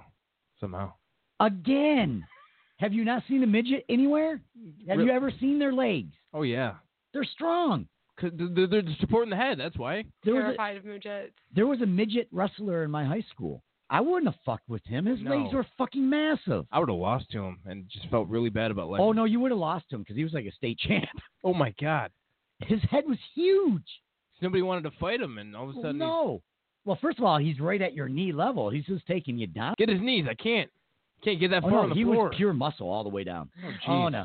somehow.
Again. Have you not seen a midget anywhere? Have you ever seen their legs?
Oh, yeah.
They're strong.
'Cause they're, they're just supporting the head, that's why.
There was, a,
Terrified of midgets.
there was a midget wrestler in my high school. I wouldn't have fucked with him. His
No.
legs were fucking massive.
I would have lost to him and just felt really bad about life.
Oh, no, you would have lost him because he was like a state champ.
Oh, my God.
His head was huge.
Nobody wanted to fight him, and all of a
Well,
sudden, he's-
no. Well, first of all, he's right at your knee level. He's just taking you down.
get his knees. I can't. Can't get that
Oh,
far on
no,
the
he
floor.
was pure muscle all the way down.
Oh, jeez.
Oh, no.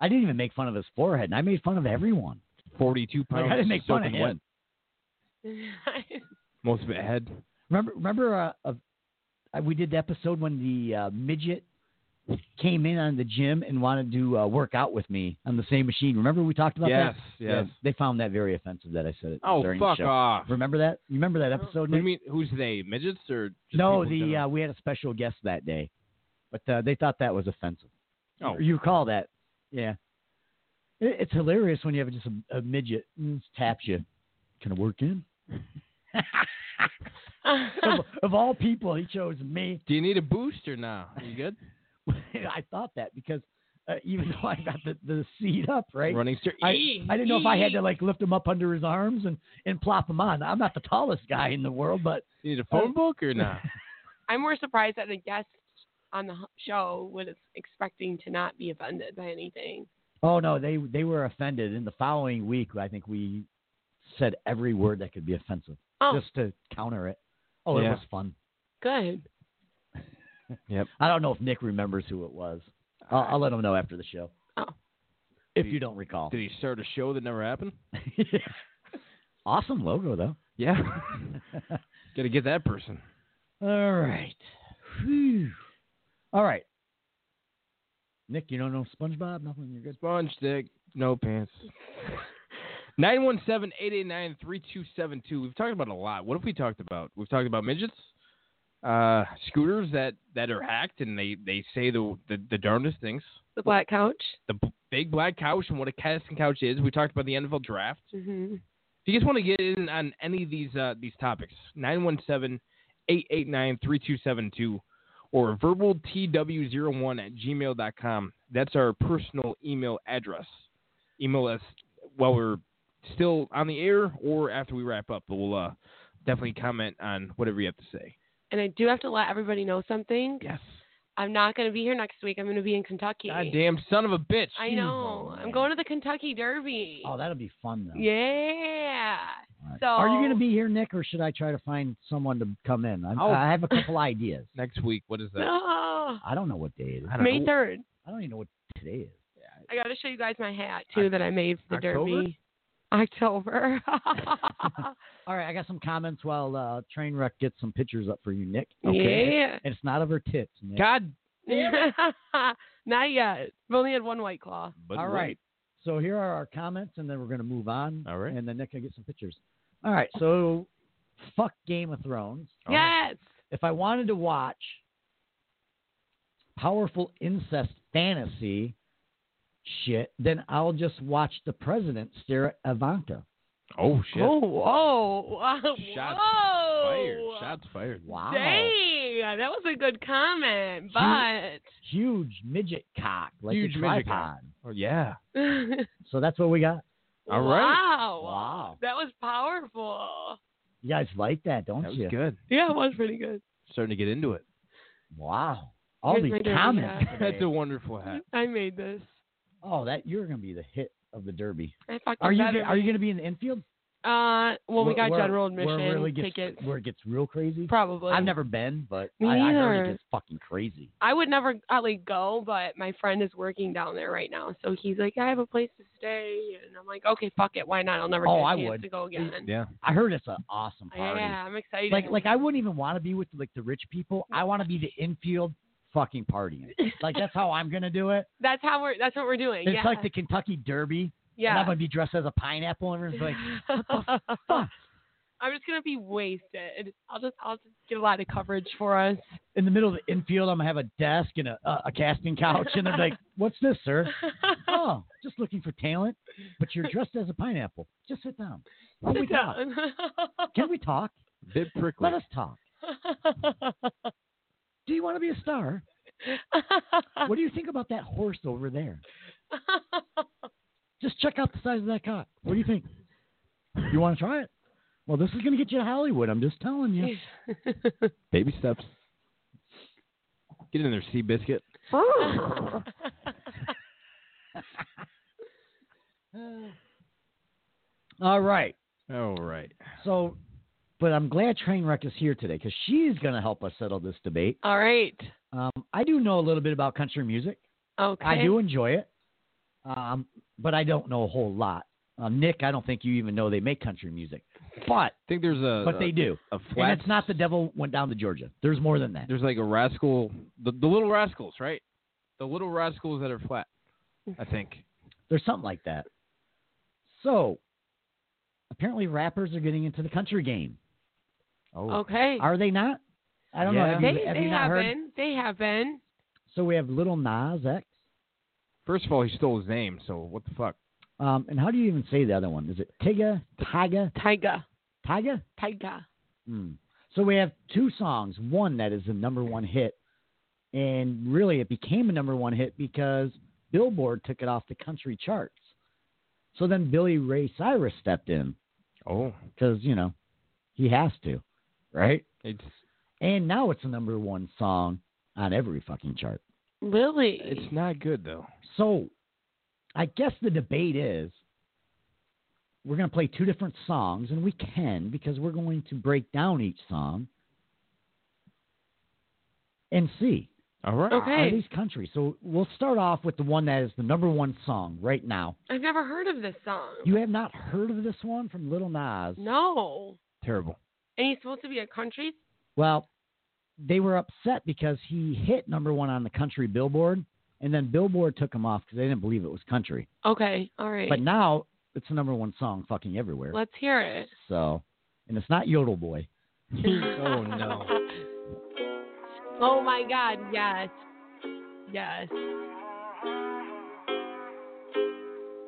I didn't even make fun of his forehead, and I made fun of everyone.
42
Like,
pounds.
I didn't make fun of
soaking
him.
wet. Most of it head.
Remember, remember, uh, uh, uh, we did the episode when the uh, midget came in on the gym and wanted to uh, work out with me on the same machine. Remember we talked about
Yes,
that?
yes.
Yeah, they found that very offensive that I said it.
Oh,
during
fuck
the show.
off.
Remember that? You remember that
What
episode?
do you
Nick?
mean? Who's they? Midgets or just
no,
people in
the
general?
uh, we had a special guest that day, but uh, they thought that was offensive.
Oh.
you call that? Yeah, it, it's hilarious when you have just a, a midget mm, taps you. Can I work in? of, of all people, he chose me.
Do you need a boost or nah? Are you good?
I thought that because uh, even though I got the, the seat up, right?
Running straight.
I, I didn't know if I had to like lift him up under his arms and, and plop him on. I'm not the tallest guy in the world, but
You need a phone book or nah?
I'm more surprised that the guest on the h- show was expecting to not be offended by anything.
oh no, they they were offended. And the following week, I think we said every word that could be offensive
Oh,
just to counter it. Oh, it
Yeah.
was fun.
good.
I don't know if Nick remembers who it was. I'll, I'll let him know after the show.
Oh.
If you don't recall.
Did he start a show that never happened?
awesome logo though.
Yeah. Gotta get that person.
All right. Whew. All right. Nick, you don't know SpongeBob? Nothing. You're good.
Sponge dick, no pants. 917-889-3272. We've talked about a lot. What have we talked about? We've talked about midgets, uh, scooters that, that are hacked and they, they say the, the the darndest things.
The black couch.
The b- big black couch and what a casting couch is. We talked about the NFL draft.
hmm
If you guys want to get in on any of these uh, these topics, 917-889-3272 or verbaltw01 at gmail.com. That's our personal email address. Email us while we're still on the air or after we wrap up. But we'll uh, definitely comment on whatever you have to say.
And I do have to let everybody know something.
Yes.
I'm not going to be here next week. I'm going to be in Kentucky.
Goddamn son of a bitch.
I know. I'm going to the Kentucky Derby.
Oh, that'll be fun though.
yeah.
All right.
so-
Are you going to be here, Nick, or should I try to find someone to come in? I'm,
Oh.
I have a couple ideas.
Next week. What is that?
Ah,
I don't know what day it is.
I don't
May
know.
3rd.
I don't even know what today is.
I got to show you guys my hat, too, that I made for the
October?
Derby. October.
All right, I got some comments while uh, Trainwreck gets some pictures up for you, Nick.
Yeah.
And it's not of her tits, Nick.
God.
Not yet. We've only had one white claw.
But
All
wait.
right. So here are our comments, and then we're going to move on.
All right.
And then Nick can get some pictures. All right. So, fuck Game of Thrones.
All right.
yes.
If I wanted to watch powerful incest fantasy shit, then I'll just watch the president stare at Ivanka.
Oh shit.
Oh, whoa.
Shots Fired.
whoa.
Shots fired.
Wow.
Dang, that was a good comment, but
Huge midget cock, like
Huge
a
midget
tripod.
Oh, yeah.
So that's what we got.
All right.
Oh, wow,
Wow.
that was powerful.
You guys like that, don't
That was
you?
good.
Yeah, it was pretty good.
Starting to get into it.
Wow. All
Here's
these
my dirty
comments.
hat.
today.
That's a wonderful hat.
I made this.
Oh, that you're gonna be the hit of the derby.
I fucking
Are you
better
are you
be.
gonna be in the infield?
Uh, well,
Where-
we got
where-
general admission
where it really gets,
tickets.
Where it gets real crazy.
Probably.
I've never been, but
Me
I, I heard
neither.
it gets fucking crazy.
I would never probably go, but my friend is working down there right now, so he's like, I have a place to stay, and I'm like, okay, fuck it, why not? I'll never
Oh,
get a
I
chance
would.
to go again.
Yeah.
I heard it's an awesome party.
Yeah, I'm excited.
Like like I wouldn't even want to be with like the rich people. I want to be the infield fucking partying. Like that's how I'm gonna do it.
that's how we're. That's what we're doing.
It's
yeah.
like the Kentucky Derby. And
yeah.
oh. I'm gonna be dressed as a pineapple and everyone's like,
I'm just gonna be wasted. I'll just I'll just get a lot of coverage for us.
In the middle of the infield, I'm gonna have a desk and a, a, a casting couch, and they're like, "What's this, sir?" oh, just looking for talent, but you're dressed as a pineapple. Just sit down. Oh, we
Sit
talk.
down.
Can we talk?
Bit prickly.
Let us talk. Do you want to be a star?
Uh.
What do you think about that horse over there? Just check out the size of that cock. What do you think? You want to try it? Well, this is going to get you to Hollywood. I'm just telling you.
Baby steps. Get in there, Sea Biscuit.
All right.
All right.
So, but I'm glad Trainwreck is here today because she's going to help us settle this debate.
All right.
Um, I do know a little bit about country music.
Okay.
I do enjoy it, um, but I don't know a whole lot. Um, Nick, I don't think you even know they make country music, but
I think there's a
but they do.
a
And
flat.
it's not the devil went down to Georgia. There's more than that.
There's like a rascal, the, the little rascals, right? The little rascals that are flat. I think.
There's something like that. So, apparently, rappers are getting into the country game. Oh,
Okay.
are they not? I don't know.
Yeah.
Have
they
you, have
they
you not
have
heard?
been. They have been.
So we have Little Nas X.
First of all, he stole his name, so what the fuck?
Um, and how do you even say the other one? Is it Tiga, Tiga,
Tyga.
Tiga?
Tyga.
Mm. So we have two songs. One that is the number one hit, and really it became a number one hit because Billboard took it off the country charts. So then Billy Ray Cyrus stepped in
Oh,
because you know he has to, right?
it's
And now it's the number one song on every fucking chart.
Lily.
it's not good though.
So I guess the debate is we're going to play two different songs, and we can because we're going to break down each song and see
All right.
Okay.
are these countries. So we'll start off with the one that is the number one song right now.
I've never heard of this song.
You have not heard of this one from Little Nas.
no.
Terrible.
And he's supposed to be a country.
Well, they were upset because he hit number one on the country billboard, and then Billboard took him off because they didn't believe it was country.
Okay. All right.
But now it's the number one song fucking everywhere.
Let's hear it.
So, and it's not Yodel Boy.
oh no.
Oh my God. Yes. Yes.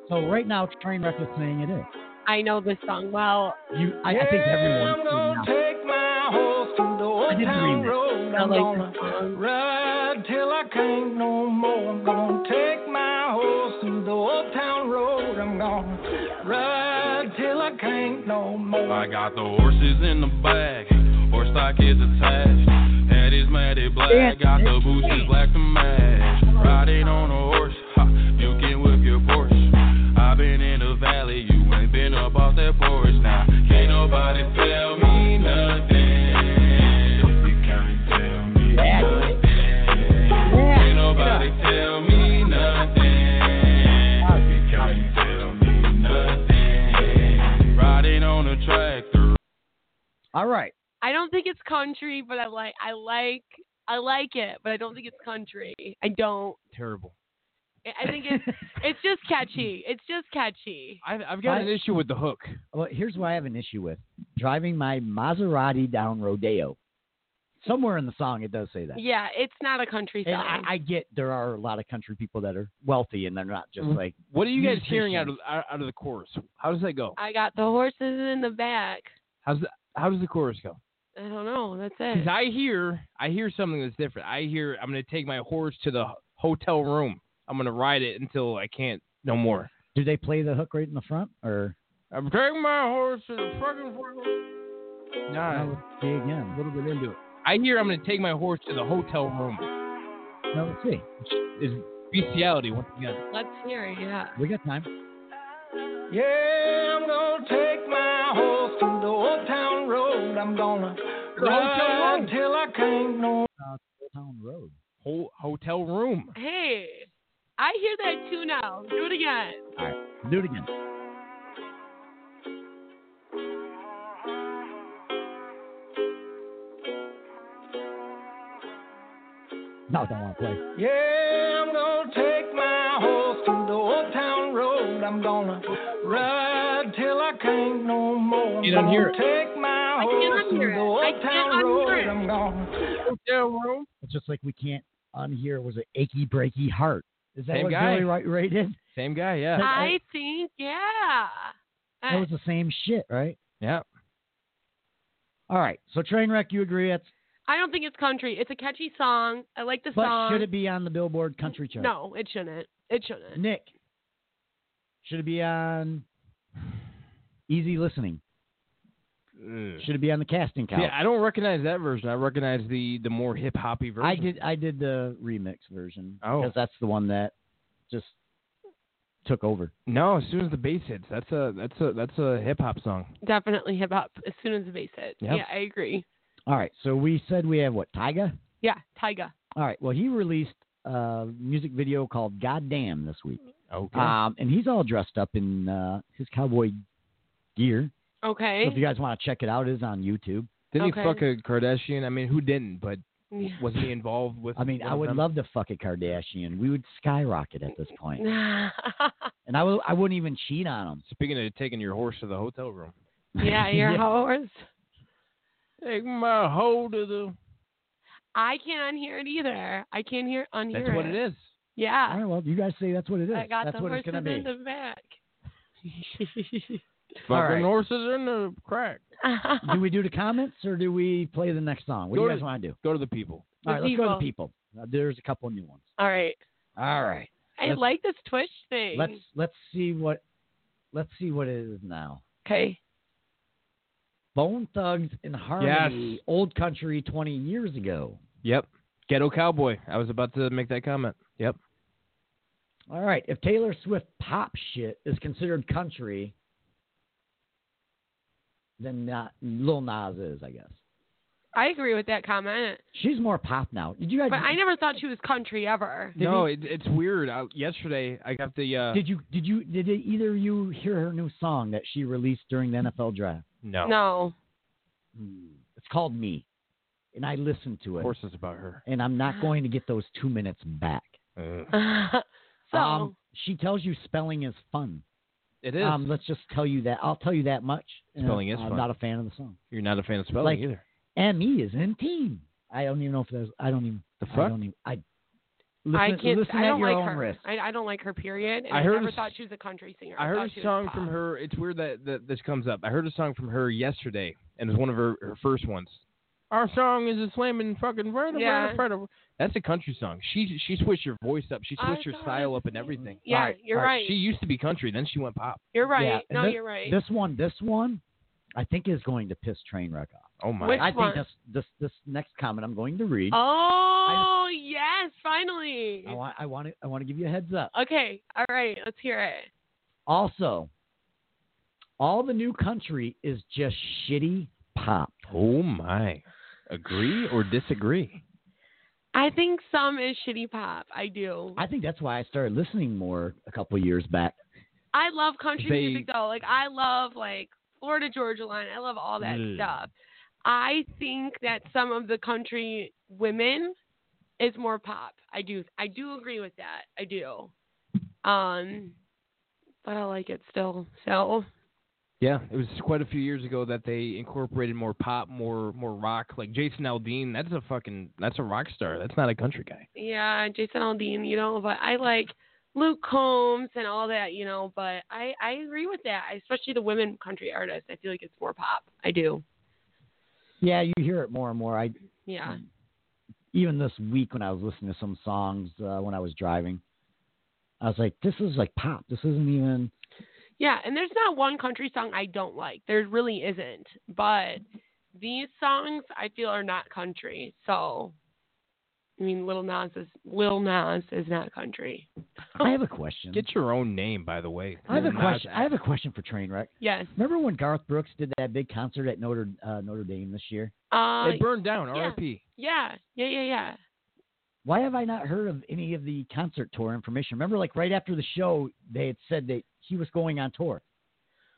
So right now, Trainwreck is saying it is.
I know this song well.
You, I, I think everyone's doing that.
take my horse through the old
I did the
town
remix.
road.
I
I'm
like
gonna
this song.
ride till I can't no more. I'm gonna take my horse through the old town road. I'm gonna ride till I can't no more. I got the horses in the back, horse stock is attached. Head is matted black, got the boots is black to match. Riding on a horse, ha, you can whip your Porsche. I've been in the valley, you ain't been up off that porch now. Can't nobody tell me nothing. You can't tell me
Yeah.
nothing. Can't nobody tell me nothing. You can't tell me nothing. Riding on a tractor.
All right.
I don't think it's country, but I like I like I like it, but I don't think it's country. I don't.
Terrible.
I I think it's it's just catchy. It's just catchy.
I've, I've got an
Why-
issue with the hook.
well, here's what I have an issue with driving my Maserati down Rodeo. Somewhere in the song, it does say that.
Yeah, it's not a country
And
song.
I, I get there are a lot of country people that are wealthy and they're not just
Mm.
like
What are you guys
Musicians.
hearing out of out out of the chorus? How does that go?
I got the horses in the back.
How's the, how does the chorus go?
I don't know. That's it.
Because I hear I hear something that's different. I hear I'm gonna take my horse to the h- hotel room. I'm gonna ride it until I can't no more.
do they play the hook right in the front or
I'm taking my horse to the fucking front. Nah,
let's see again.
a little bit into it. I hear I'm gonna take my horse to the hotel room.
Now let's see.
Is bestiality once again?
Let's hear it. Yeah.
We got time.
Yeah, I'm gonna take my horse through the old town road. I'm gonna
The hotel
ride
room.
till I can't no
Town Road.
Ho- hotel room.
Hey, I hear that too now. Do it again.
Do it again. No, I don't want to play.
Yeah, I'm gonna take my horse through the old town road. I'm gonna ride till I can't no more.
You don't
I'm
hear
gonna take my
I
horse
can't
through
unhear
the
it. I
old town
can't
road.
unhear
I'm
it.
gone.
It's just like we can't unhear was an achy breaky heart. Is that
Same
what
guy.
Billy Ray, Ray did?
Same guy, yeah.
I think yeah.
That was the same shit, right?
Yeah.
All right. So Trainwreck, you agree that's
I don't think it's country. It's a catchy song. I like the
but
song.
should it be on the Billboard Country Chart?
No, it shouldn't. It shouldn't.
Nick. Should it be on Easy Listening? Should it be on the casting couch?
Yeah, I don't recognize that version. I recognize the the more hip hoppy version.
I did I did the remix version
Oh.
because that's the one that just took over.
No, as soon as the bass hits, that's a that's a that's a hip hop song.
Definitely hip hop as soon as the bass hit.
Yep.
Yeah, I agree.
All right, so we said we have what Tyga.
Yeah, Tyga.
All right, well he released a music video called "Goddamn" this week,
Okay.
um, and he's all dressed up in uh, his cowboy gear. So
Okay.
if you guys want to check it out, it is on YouTube.
Didn't
okay.
he fuck a Kardashian? I mean, who didn't? But
Yeah.
was he involved with?
I mean,
one
I
of
would
them?
love to fuck a Kardashian. We would skyrocket at this point,
yeah,
and I would I wouldn't even cheat on him.
Speaking of taking your horse to the hotel room,
your horse.
take my hoe to the.
I can't unhear it either. I can't hear unhear
That's what it is.
All
Yeah.
right, well you guys say that's what it is.
I got
that's
the
what it's
horses
gonna be.
in the back.
Fucking
right.
horses in the crack.
do we do the comments or do we play the next song? What do
Go
you
to-
guys want to do?
Go to the people.
The
All right, let's go to the people. Uh, there's a couple new ones.
All right.
All right,
I
Let's-
like this Twitch thing.
let's let's see what let's see what it is now.
okay.
Bone Thugs and Harmony,
Yes.
old country, twenty years ago.
Yep. Ghetto cowboy. I was about to make that comment. Yep.
All right, if Taylor Swift pop shit is considered country, then not Lil Nas is, I guess.
I agree with that comment.
She's more pop now. Did you guys?
But I never thought she was country ever.
Did
no, it, it's weird. I, yesterday I got the. Uh,
Did you did you did either of you hear her new song that she released during the NFL draft?
no.
No.
Hmm. It's called Me. And I listened to
Of
it.
course, it's about her. Mm.
And I'm
Ah.
not going to get those two minutes back.
so
Um, she tells you spelling is fun.
it is.
Um, let's just tell you that. I'll tell you that much. And
Spelling is
I'm
fun.
not a fan of the song.
You're not a fan of spelling
like-
either.
M E is in team. I don't even know if there's. I don't even.
The
I
fuck?
don't even. I listen,
I can't.
listen
I
at
don't
your
like
own
her.
risk.
I, I don't like her. Period. And
I
I,
heard
never
a s-
thought she was a country singer.
I heard
thought
a
she was
song
pop.
from her. It's weird that, that this comes up. I heard a song from her yesterday, and it was one of her, her first ones. Our song is a slamming fucking right
Yeah.
That's a country song. She she switched her voice up. She
Our
switched her
song
style
is
up and everything.
Yeah,
Alright,
you're
alright.
right.
She used to be country, then she went pop.
You're right.
Yeah, and
no,
this-
you're right.
This one, this one, I think is going to piss Trainwreck off.
Oh my!
Which
I think
one?
this this this next comment I'm going to read.
oh yes, finally.
I want I want to I want to give you a heads up.
Okay. All right. Let's hear it.
Also, all the new country is just shitty pop.
Oh my! Agree or disagree?
I think some is shitty pop. I do. I,
I think that's why I started listening more a couple years back.
love country
They-
music though. Like I love like Florida Georgia Line. I love all that
Mm.
stuff. I think that some of the country women is more pop. I do. I do agree with that. I do. Um, but I like it still. So
Yeah, it was quite a few years ago that they incorporated more pop, more more rock. Like Jason Aldean, that's a fucking that's a rock star. That's not a country guy.
yeah, Jason Aldean, you know, but I like Luke Combs and all that, you know, but I, I agree with that, especially the women country artists. I feel like it's more pop. I do.
Yeah, you hear it more and more. I
Mm.
Yeah.
even this week when I was listening to some songs uh, when I was driving, I was like, "This is like pop. This isn't even."
Yeah. And there's not one country song I don't like. There really isn't. But these songs I feel are not country. So, I mean, Lil Nas is, Lil Nas is not country.
I have a question.
Get your own name, by the way.
I have a
Not-
question. I have a question for Trainwreck.
Yes.
Remember when Garth Brooks did that big concert at Notre uh, Notre Dame this year?
Uh,
It burned down.
yeah.
R.I.P.
yeah. Yeah. Yeah. Yeah.
Why have I not heard of any of the concert tour information? Remember, like right after the show, they had said that he was going on tour.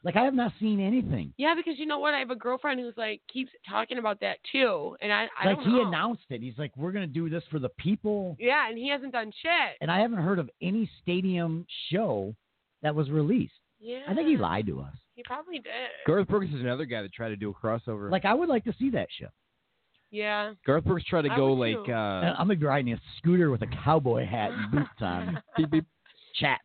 Like I have not seen anything.
Yeah, because you know what? I have a girlfriend who's like keeps talking about that too, and I, I
like
don't
he
know.
announced it. He's like, "We're gonna do this for the people,"
Yeah, and he hasn't done shit.
and I haven't heard of any stadium show that was released.
Yeah.
I think he lied to us.
He probably did.
Garth Brooks is another guy that tried to do a crossover.
Like I would like to see that show.
Yeah.
Garth Brooks tried to
I
go
would,
like
too.
uh,
And I'm gonna be riding a scooter with a cowboy hat and boots on,
beep, beep.
chaps.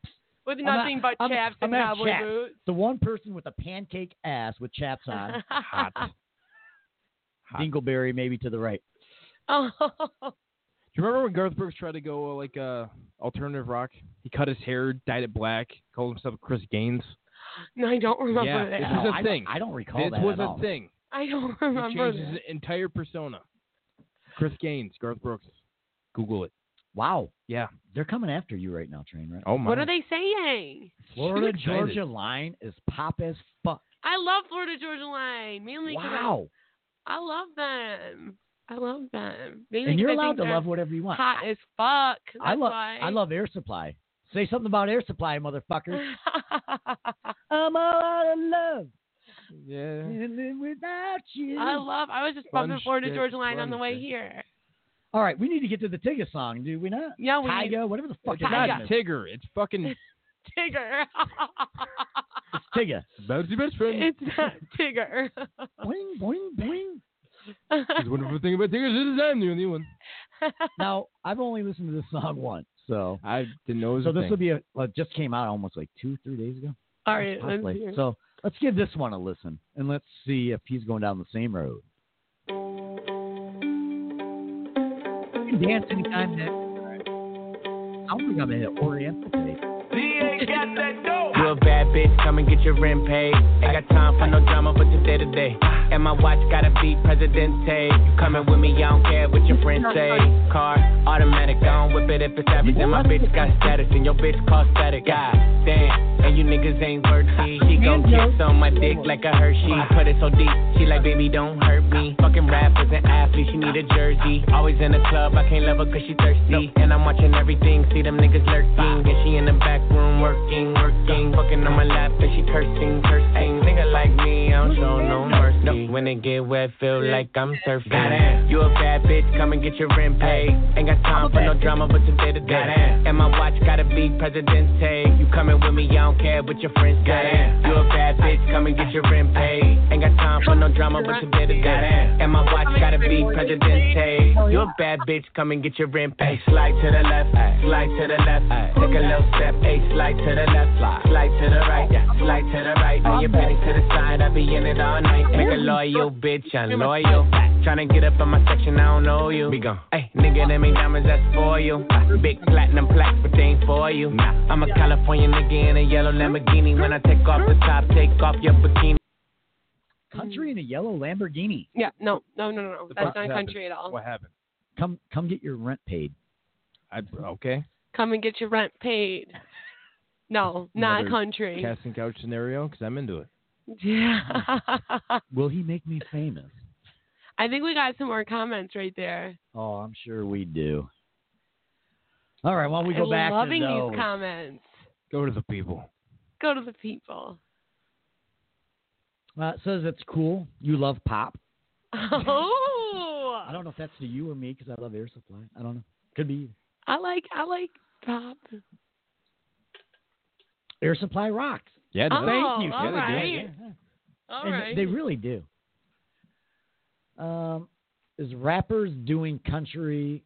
With
not-
nothing but
I'm-
chaps
I'm
and
not
cowboy
chaps.
boots.
The one person with a pancake ass with chaps on,
hot. Hot.
Dingleberry maybe to the right.
oh.
Do you remember when Garth Brooks tried to go uh, like uh, alternative rock? He cut his hair, dyed it black, called himself Chris Gaines.
No, I don't remember
Yeah,
that.
This is a
No, I don't-
thing.
I don't recall
this
that
was
at
a
all.
thing.
I don't
He
remember
changed
that.
his entire persona. Chris Gaines, Garth Brooks. Google it.
Wow,
Yeah.
they're coming after you right now, train right?
Oh my.
What are they saying?
Florida
She's excited.
Georgia line is pop as fuck.
I love Florida Georgia Line. Mainly 'cause I-
Wow,
I, love them. I love them. Mainly
and you're
'cause I
allowed
think
to
they're
love whatever you want.
Hot as fuck. That's
I love
why.
I love Air Supply. Say something about Air Supply, motherfucker.
I
I'm all out of love.
Yeah.
Living without you.
love. I was just bumping
Sponge
Florida
dick,
Georgia Line on the
sponge
way
dick.
here.
All right, we need to get to the Tigger song, do we not?
Yeah, we need
Tyga, whatever the fuck
It's
his
Tyga.
not
name is.
Tigger. It's fucking
Tigger.
It's Tigger.
Bouncy Best Friend.
it's not Tigger.
boing, boing, boing.
It's wonderful thing about Tigger is it's I'm the only one.
Now, I've only listened to this song once, so
I didn't know it was
so
a
this
thing.
will be a well, it just came out almost like two, three days ago.
All right, let's
Possibly.
hear. it.
So let's give this one a listen, and let's see if he's going down the same road. You can dance anytime, Nick. I don't think I'm gonna hit Oriental today.
Oh.
You a bad bitch, come and get your rent paid. Ain't got time for no drama, but today to day. And my watch gotta be Presidente. You coming with me, I don't care what your friends say. Car, automatic, I don't whip it if it's average. And my bitch got status, and your bitch cost static. God damn, and you niggas ain't worthy. She gon' kiss on my dick like a Hershey. I put it so deep, she like, baby, don't hurt me. Fucking rappers and athletes, she need a jersey. Always in the club, I can't love her cause she thirsty. And I'm watching everything, see them niggas lurking. And she in the back room working, working. Fucking on my lap, and she cursing, cursing. Nigga like me, I don't show no mercy. When it get wet, feel like I'm surfing. You a bad bitch, come and get your rent paid. Ain't got time for no drama, but today to day. And my watch gotta be Presidente. You coming with me, I don't care what your friends say. You a bad bitch, come and get your rent paid. Ain't got time for no drama, but today to day. And my watch gotta be Presidente. You a bad bitch, come and get your rent paid. Slide to the left, slide to the left. Take a little step, a slide to the left, slide to the right, slide to the right. On your penny to the side, I be in it all night. Make a loyal bitch, I'm loyal. Tryna get up on my section, I don't know you. Be gone. Hey, nigga, them ain't diamonds, that's for you. Big platinum plaques, but they ain't for you. I'm a California nigga in a yellow Lamborghini. When I take off the top, take off your bikini.
Country in a yellow Lamborghini.
Yeah, no, no, no, no, no.
The
That's
fuck
not
happened?
country at all.
What happened?
Come, come get your rent paid.
I okay.
Come and get your rent paid. No, not
Another
country.
Casting couch scenario because I'm into it.
Yeah.
Will he make me famous?
I think we got some more comments right there.
Oh, I'm sure we do. All right, while we go
I'm
back
loving
to those.
these comments.
Go to the people.
Go to the people.
Uh, it says it's cool. You love pop.
Oh,
I don't know if that's to you or me because I love Air Supply. I don't know. Could be either.
I like I like pop.
Air Supply rocks.
Yeah.
Oh,
thank you.
all
yeah, they did.
right. All
And
right.
They really do. Um, is rappers doing country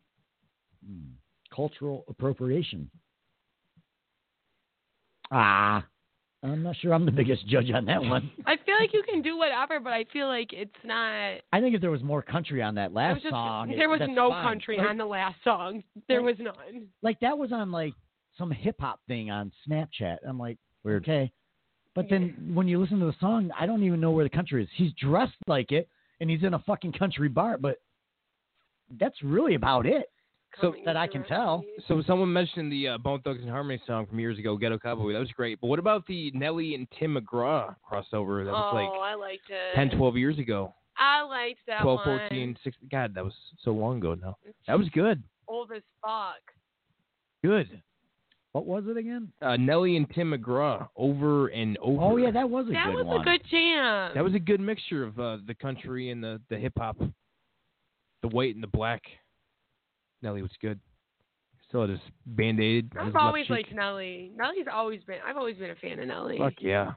hmm, cultural appropriation? Ah, I'm not sure. I'm the biggest judge on that one.
I feel like you can do whatever, but I feel like it's not.
I think if there was more country on that
It
last
was just,
song, it-
there was
that's
no
fine.
country
Like-
on the last song. There was none.
like that was on like some hip hop thing on Snapchat. I'm like, okay. But then when you listen to the song, I don't even know where the country is. He's dressed like it and he's in a fucking country bar, but that's really about it. So-
Coming
that I
to
can
my
tell.
aid.
So someone mentioned the uh, Bone Thugs and Harmony song from years ago, Ghetto Cowboy. That was great. But what about the Nelly and Tim McGraw crossover? That was
oh,
like
I liked it.
10, 12 years ago.
I liked that
12,
one.
14, 16. God, that was so long ago now. That was good.
Old as fuck.
Good.
What was it again?
Uh, Nelly and Tim McGraw over and over.
Oh yeah, that was a
That
good
was
one.
a good jam.
That was a good mixture of uh, the country and the, the hip hop, the white and the black. Nelly was good. Still just band aid.
I've always liked Nelly. Nelly's always been. I've always been a fan of Nelly.
Fuck yeah.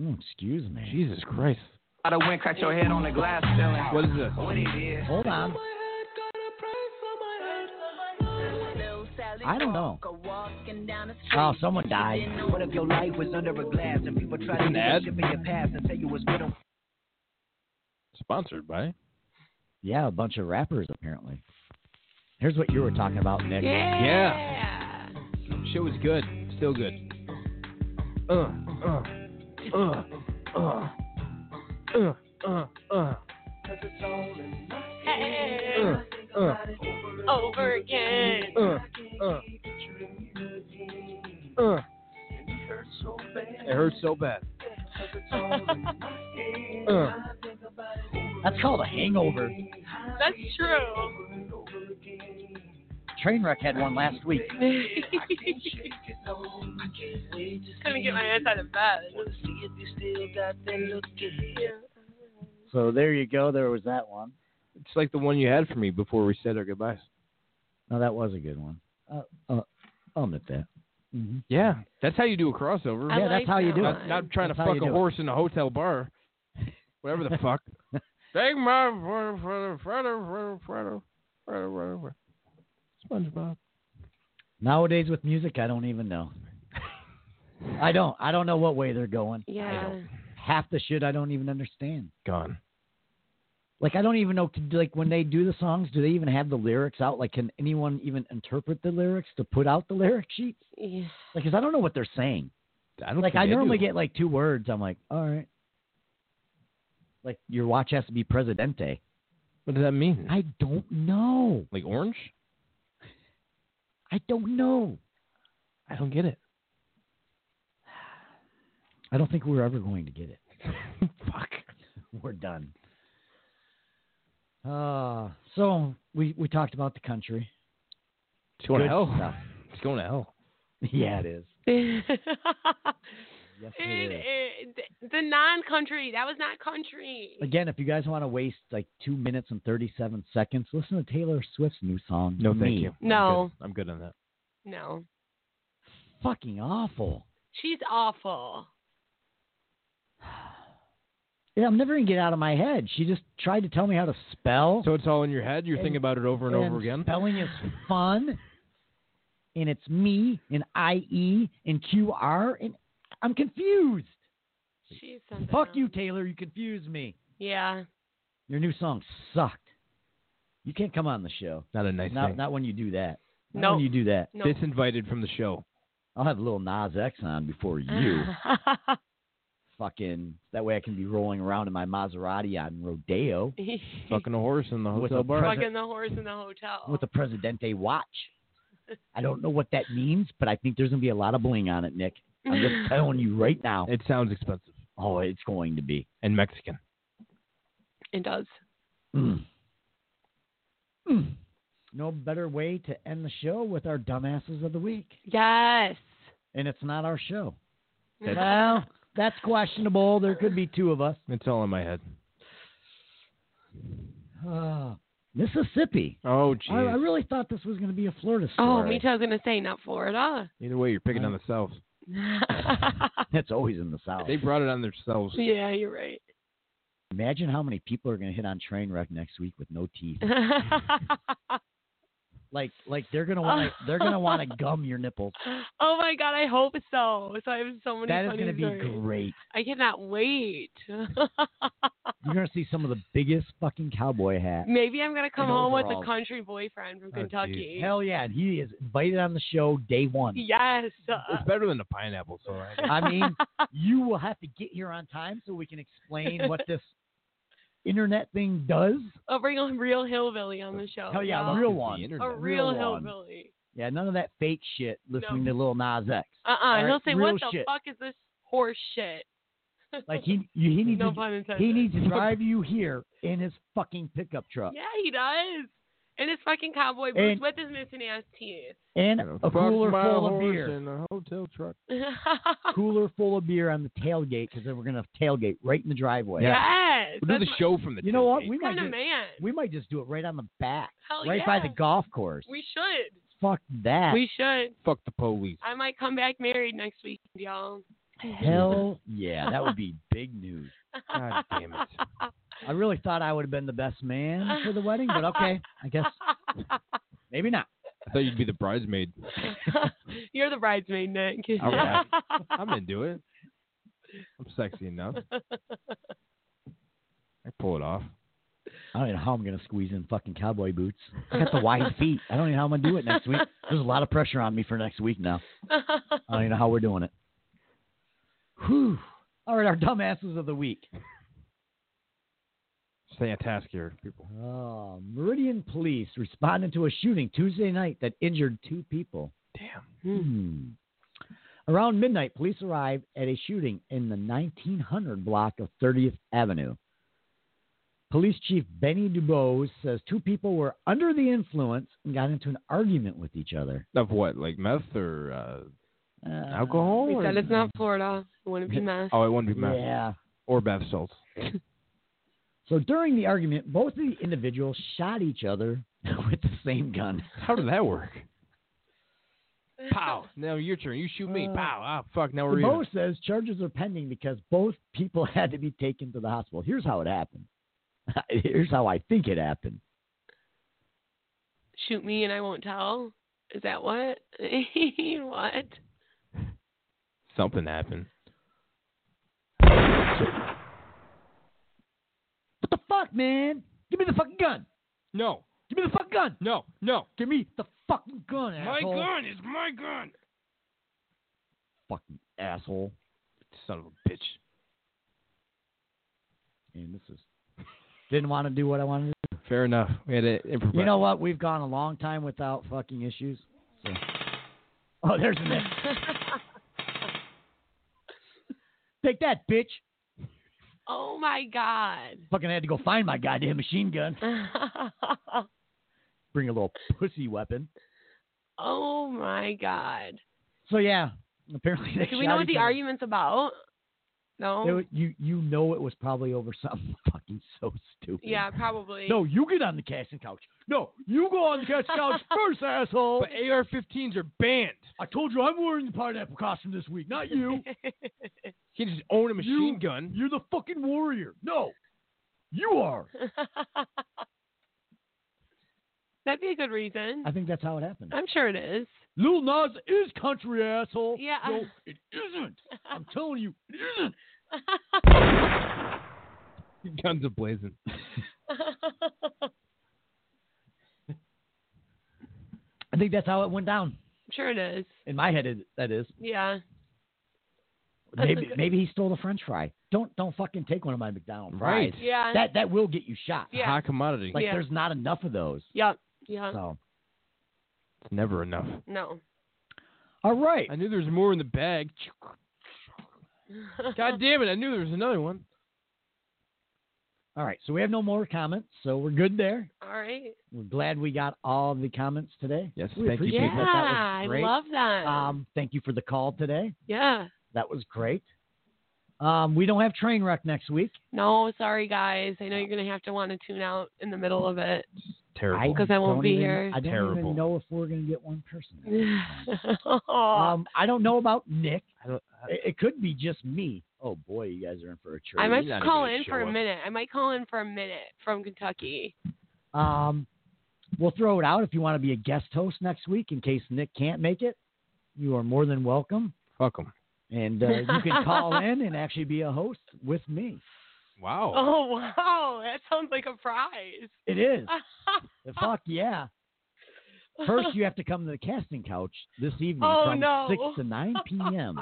Mm, excuse me.
Jesus Christ.
Out of wind, cut your head on the glass ceiling.
What is this?
What it is?
Hold on. I don't know. Oh, someone died.
What if your life was under a glass and people try to
An ad?
ship in your past and tell you what's good? on-
Sponsored by.
Yeah, a bunch of rappers apparently. Here's what you were talking about, Nick.
Yeah. Shit was good. Still good. Uh, uh, uh, uh, uh, uh, uh.
Hey. Over again.
Uh. It hurts so bad. Uh.
That's called a hangover.
That's true.
Trainwreck had one last week.
Couldn't get my hands out of bed.
So there you go. There was that one.
It's like the one you had for me before we said our goodbyes.
No, that was a good one. Uh, uh, I'll admit that. hmm
Yeah, that's how you do a crossover.
I Yeah, that's like how you that do it.
Not, not trying
That's
to
how you
fuck a
do it.
horse in a hotel bar, whatever the fuck. Take my SpongeBob.
Nowadays with music, I don't even know. I don't. I don't know what way they're going. I
Yeah.
don't. Half the shit I don't even understand.
Gone.
Like I don't even know. Like when they do the songs, do they even have the lyrics out? Like can anyone even interpret the lyrics to put out the lyric sheets?
Yeah.
Like, 'cause I don't know what they're saying.
I don't
like
think
I
they
normally
do.
get like two words. I'm like, all right. Like your watch has to be Presidente.
What does that mean?
I don't know.
Like orange?
I don't know.
I don't get it.
I don't think we're ever going to get it.
Fuck.
We're done. Uh, so we we talked about the country.
It's going to
Good
hell.
stuff.
It's going to hell.
Yeah, it is. Yes, it is.
It- it- the non-country. That was not country.
Again, if you guys want to waste like two minutes and thirty-seven seconds, listen to Taylor Swift's new song.
No, thank
Me.
you.
No.
I'm good, I'm good on that.
No.
Fucking awful.
She's awful.
Yeah, I'm never gonna get out of my head. She just tried to tell me how to spell.
So it's all in your head. You're thinking about it over and, over again.
Spelling is fun, and it's me and I E and Q R, and I'm confused.
She's something.
Fuck
else.
you, Taylor. You confuse me.
Yeah.
Your new song sucked. You can't come on the show.
Not a nice
Not
thing.
not when you do that. Not
No.
when you do that.
No.
Disinvited from the show.
I'll have a little Nas X on before you. Fucking that way I can be rolling around in my Maserati on rodeo
Fucking a horse in the
With
hotel
a
bar.
Fucking the horse in the hotel.
with a Presidente watch. I don't know what that means, but I think there's gonna be a lot of bling on it, Nick. I'm just telling you right now.
It sounds expensive
Oh, it's going to be.
and Mexican.
it does.
Mm. Mm. No better way to end the show with our dumbasses of the week,
Yes.
and it's not our show. Well, that's questionable. There could be two of us.
It's all in my head.
Uh, Mississippi.
Oh,
I,
jeez.
I really thought this was going to be a Florida
oh,
story.
me too. I was gonna say not Florida.
Either way, you're picking on the South.
That's always in the South.
They brought it on themselves.
yeah, you're right.
Imagine how many people are going to hit on train wreck next week with no teeth. Like, like they're going to want to, they're going to want to gum your nipples.
oh my god, I hope so. So I have so many.
That is
funny
going to be
stories.
great.
I cannot wait.
You're going to see some of the biggest fucking cowboy hats.
Maybe I'm gonna come
And
home with a
overalls.
country boyfriend from
Oh, geez.
Kentucky.
Hell yeah, and he is invited on the show day one.
yes.
It's better than the pineapple, so I guess.
I mean, you will have to get here on time so we can explain what this internet thing does.
I'll Oh, bring a real hillbilly on the show.
Hell yeah,
y'all.
a real
It's the
one.
internet.
Oh, a real,
real one.
hillbilly.
Yeah, none of that fake shit listening to Lil Nas X.
Uh uh-uh. uh.
All
he will
right,
say,
real
"What the
shit.
fuck is this horse shit?"
Like he, you, he needs
no
to,
pun intended.
he needs to drive you here in his fucking pickup truck
Yeah, he does. And his fucking cowboy boots
And-
with his missing ass teeth.
and
You know,
a
fuck
cooler
my
full of
horse
beer,
in a hotel truck.
cooler full of beer on the tailgate because then we're gonna tailgate right in the driveway.
Yes.
We'll do the
that's
show from the
You know what?
tailgate.
We might
kind of
just,
man.
we might just do it right on the back,
Hell
right
yeah.
by the golf course.
We should.
Fuck that.
We should.
Fuck the police.
I might come back married next week, y'all.
Hell yeah, that would be big news.
God damn it.
I really thought I would have been the best man for the wedding, but okay, I guess maybe not.
I thought you'd be the bridesmaid.
You're the bridesmaid, Nick.
All right. I'm into it. I'm sexy enough. I pull it off.
I don't even know how I'm gonna squeeze in fucking cowboy boots. I got the wide feet. I don't even know how I'm gonna do it next week. There's a lot of pressure on me for next week now. I don't even know how we're doing it. Whew. All right, our dumbasses of the week.
Fantastic, people.
Oh, Meridian police responded to a shooting Tuesday night that injured two people.
Damn.
Hmm. Around midnight, police arrived at a shooting in the 1900 block of 30th Avenue. Police Chief Benny Dubose says two people were under the influence and got into an argument with each other.
Of what? Like meth or uh, alcohol?
We
or-
said it's not Florida. It wouldn't be mess.
Oh, it wouldn't be meth.
Yeah.
Or bath salts.
So during the argument, both of the individuals shot each other with the same gun.
How did that work? Pow. Now your turn. You shoot me.
Uh,
Pow. Ah, fuck. Now we're even.
Dubose says charges are pending because both people had to be taken to the hospital. Here's how it happened. Here's how I think it happened.
Shoot me and I won't tell. Is that what? what?
Something happened.
What the fuck, man? Give me the fucking gun.
No.
Give me the fucking gun.
No. No.
Give me the fucking gun,
My
asshole.
gun is my gun.
Fucking asshole.
Son of a bitch.
And this is didn't want to do what I wanted to do.
Fair enough. We had to improvise.
You know what? We've gone a long time without fucking issues. So. Oh, there's Nick. Take that, bitch.
oh my God.
Fucking had to go find my goddamn machine gun. Bring a little pussy weapon.
oh my God.
So yeah, apparently they.
Do we
shot
know what
each
the
other.
argument's about? No.
It was- you you know it was probably over something fucking so stupid.
yeah, probably.
No, you get on the casting couch. No, you go on the casting couch first, asshole.
But AR-15s are banned.
I told you I'm wearing the pineapple costume this week, not you.
You can just own a machine
You-
gun.
You're the fucking warrior. No, you are.
That'd be a good reason.
I think that's how it happened.
I'm sure it is.
Lil Nas is country, asshole.
Yeah.
No, it isn't. I'm telling you, it isn't.
Guns a blazing.
I think that's how it went down.
sure it is.
In my head, it, that is.
Yeah. That's
Maybe
a good-
maybe he stole a French fry. Don't don't fucking take one of my McDonald's
Right.
fries.
Yeah.
That that will get you shot.
Yeah.
High commodity.
Like
Yeah. Uh-huh.
there's not enough of those.
Yep. Yeah.
So
It's never enough.
No.
all right.
I knew there was more in the bag. God damn it! I knew there was another one.
All right. So we have no more comments. So we're good there.
All right.
We're glad we got all of the comments today.
Yes,
we
thank you,
appreciate
Yeah,
people.
That. That
I
was great.
love that.
um, thank you for the call today.
yeah.
That was great. Um, we don't have train wreck next week.
No, sorry guys. I know you're gonna have to want to tune out in the middle of it.
Terrible.
Because I won't
don't
be
even-
here.
I don't
Terrible.
even know if we're going to get one person.
Aw.
Um, I don't know about Nick.
I don't-
It, it could be just me. Oh boy, you guys are in for a treat.
I
might-
must
You're not
call
even
in for
sure.
a minute. I might call in for a minute from Kentucky.
Um, we'll throw it out if you want to be a guest host next week in case Nick can't make it. You are more than welcome,
Fuck them.
and uh, you can call in and actually be a host with me.
Wow.
Oh wow, that sounds like a prize.
It is fuck yeah. First, you have to come to the casting couch this evening
Oh,
from
no.
six to nine p.m.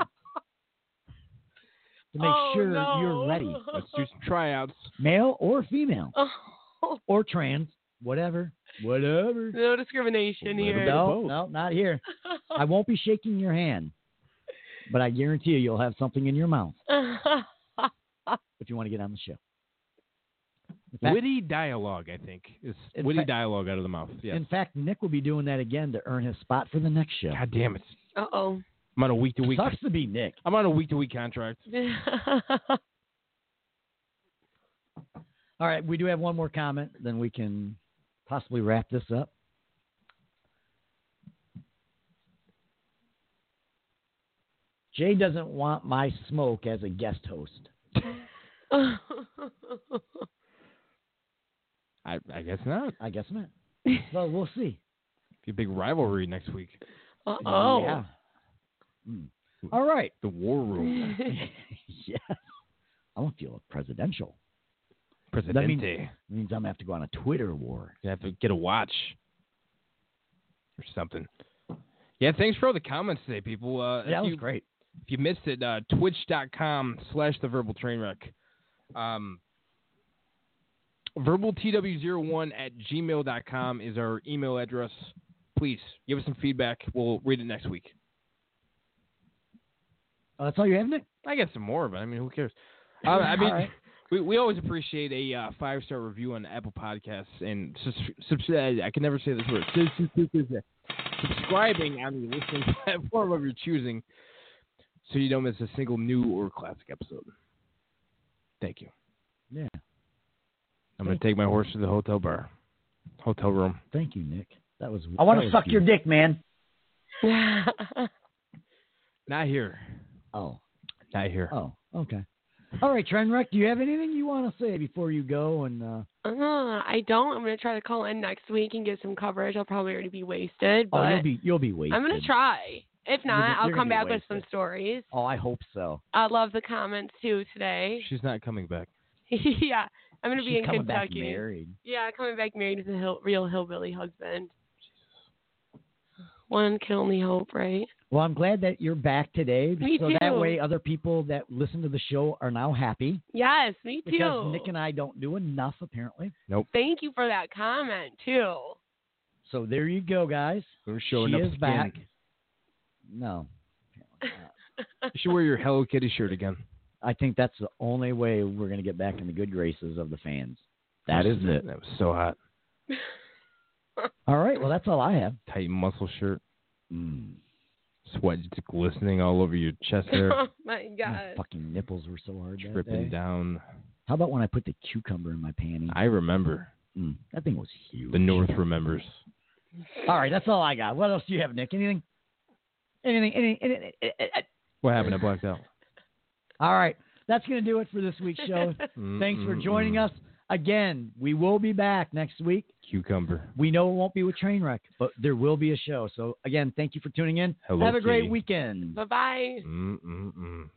to make
Oh,
sure
no.
you're ready,
Let's do some tryouts.
male or female
Oh,
or trans, whatever, whatever.
no discrimination here.
No, no, not here. I won't be shaking your hand, but I guarantee you, you'll have something in your mouth if you want to get on the show. In fact,
Witty dialogue, I think. Is
In
witty
fact-
dialogue out of the mouth. Yeah.
in fact, Nick will be doing that again to earn his spot for the next show.
God damn it.
uh oh.
I'm on a week to week.
Sucks to be Nick.
I'm on a week to week contract.
All right, we do have one more comment, then we can possibly wrap this up. Jay doesn't want my smoke as a guest host.
I, I guess not.
I guess not. Well, we'll see.
Be a big rivalry next week.
Uh oh.
Yeah. Mm. All right.
The war room.
yes. I don't feel presidential. That
Presidente.
means, means I'm gonna have to go on a Twitter war.
You have to get a watch or something. Yeah, thanks for all the comments today, people. Uh, if
that was
you-
great.
If you missed it, uh, twitch.com slash the verbal train wreck. Um, verbaltw01 at gmail.com is our email address. Please give us some feedback. We'll read it next week.
Oh, that's all you have, Nick?
I get some more, but I mean, who cares? Uh, I mean,
All right.
we, we always appreciate a uh, five star review on Apple Podcasts and sus- subs- uh, I can never say this word. uh, Subscribing on the listening platform of your choosing, so you don't miss a single new or classic episode. Thank you.
Yeah.
I'm gonna take my horse to the hotel bar, hotel room.
Thank you, Nick. That was.
I wanna
that was
suck your
beautiful. dick, man.
Not here.
Oh.
Not here.
Oh. Okay. All right, Trenwreck, do you have anything you want to say before you go? And uh,
Uh, I don't. I'm gonna try to call in next week and get some coverage. I'll probably already be wasted, but
oh, you'll be you'll be waiting.
I'm gonna try. If
You're
not,
gonna-
I'll
you're
come
gonna
back
be
with some
wasted.
stories.
Oh, I hope so.
I love the comments too today.
She's not coming back.
yeah, I'm gonna be
She's
in
coming back
Kentucky.
married.
Yeah, coming back married to the hill, real hillbilly husband. One can only hope, right?
Well, I'm glad that you're back today,
Me
so that
too.
way other people that listen to the show are now happy
Yes, me too.
because Nick and I don't do enough apparently.
Thank you for that comment too.
So there you go, guys.
We're showing
she
up
is
again.
back. No,
You should wear your Hello Kitty shirt again.
I think that's the only way we're gonna get back in the good graces of the fans. That is it.
That was so hot.
All right. Well, that's all I have.
Tight muscle shirt.
Mm.
Sweat just glistening all over your chest hair,
oh
My
my god.
fucking nipples were so hard. That day.
dripping down.
How about when I put the cucumber in my panty?
I remember.
Mm, that thing was huge.
The North remembers.
All right, that's all I got. What else do you have, Nick? Anything? Anything? Any, any, any, any-
What happened? I blacked out.
All right, that's gonna do it for this week's show. Thanks for joining us again. We will be back next week.
Cucumber.
We know it won't be with Trainwreck, but there will be a show. So again, thank you for tuning in.
Hello,
have a great
Kitty.
weekend.
Bye bye.
Mm-mm-mm.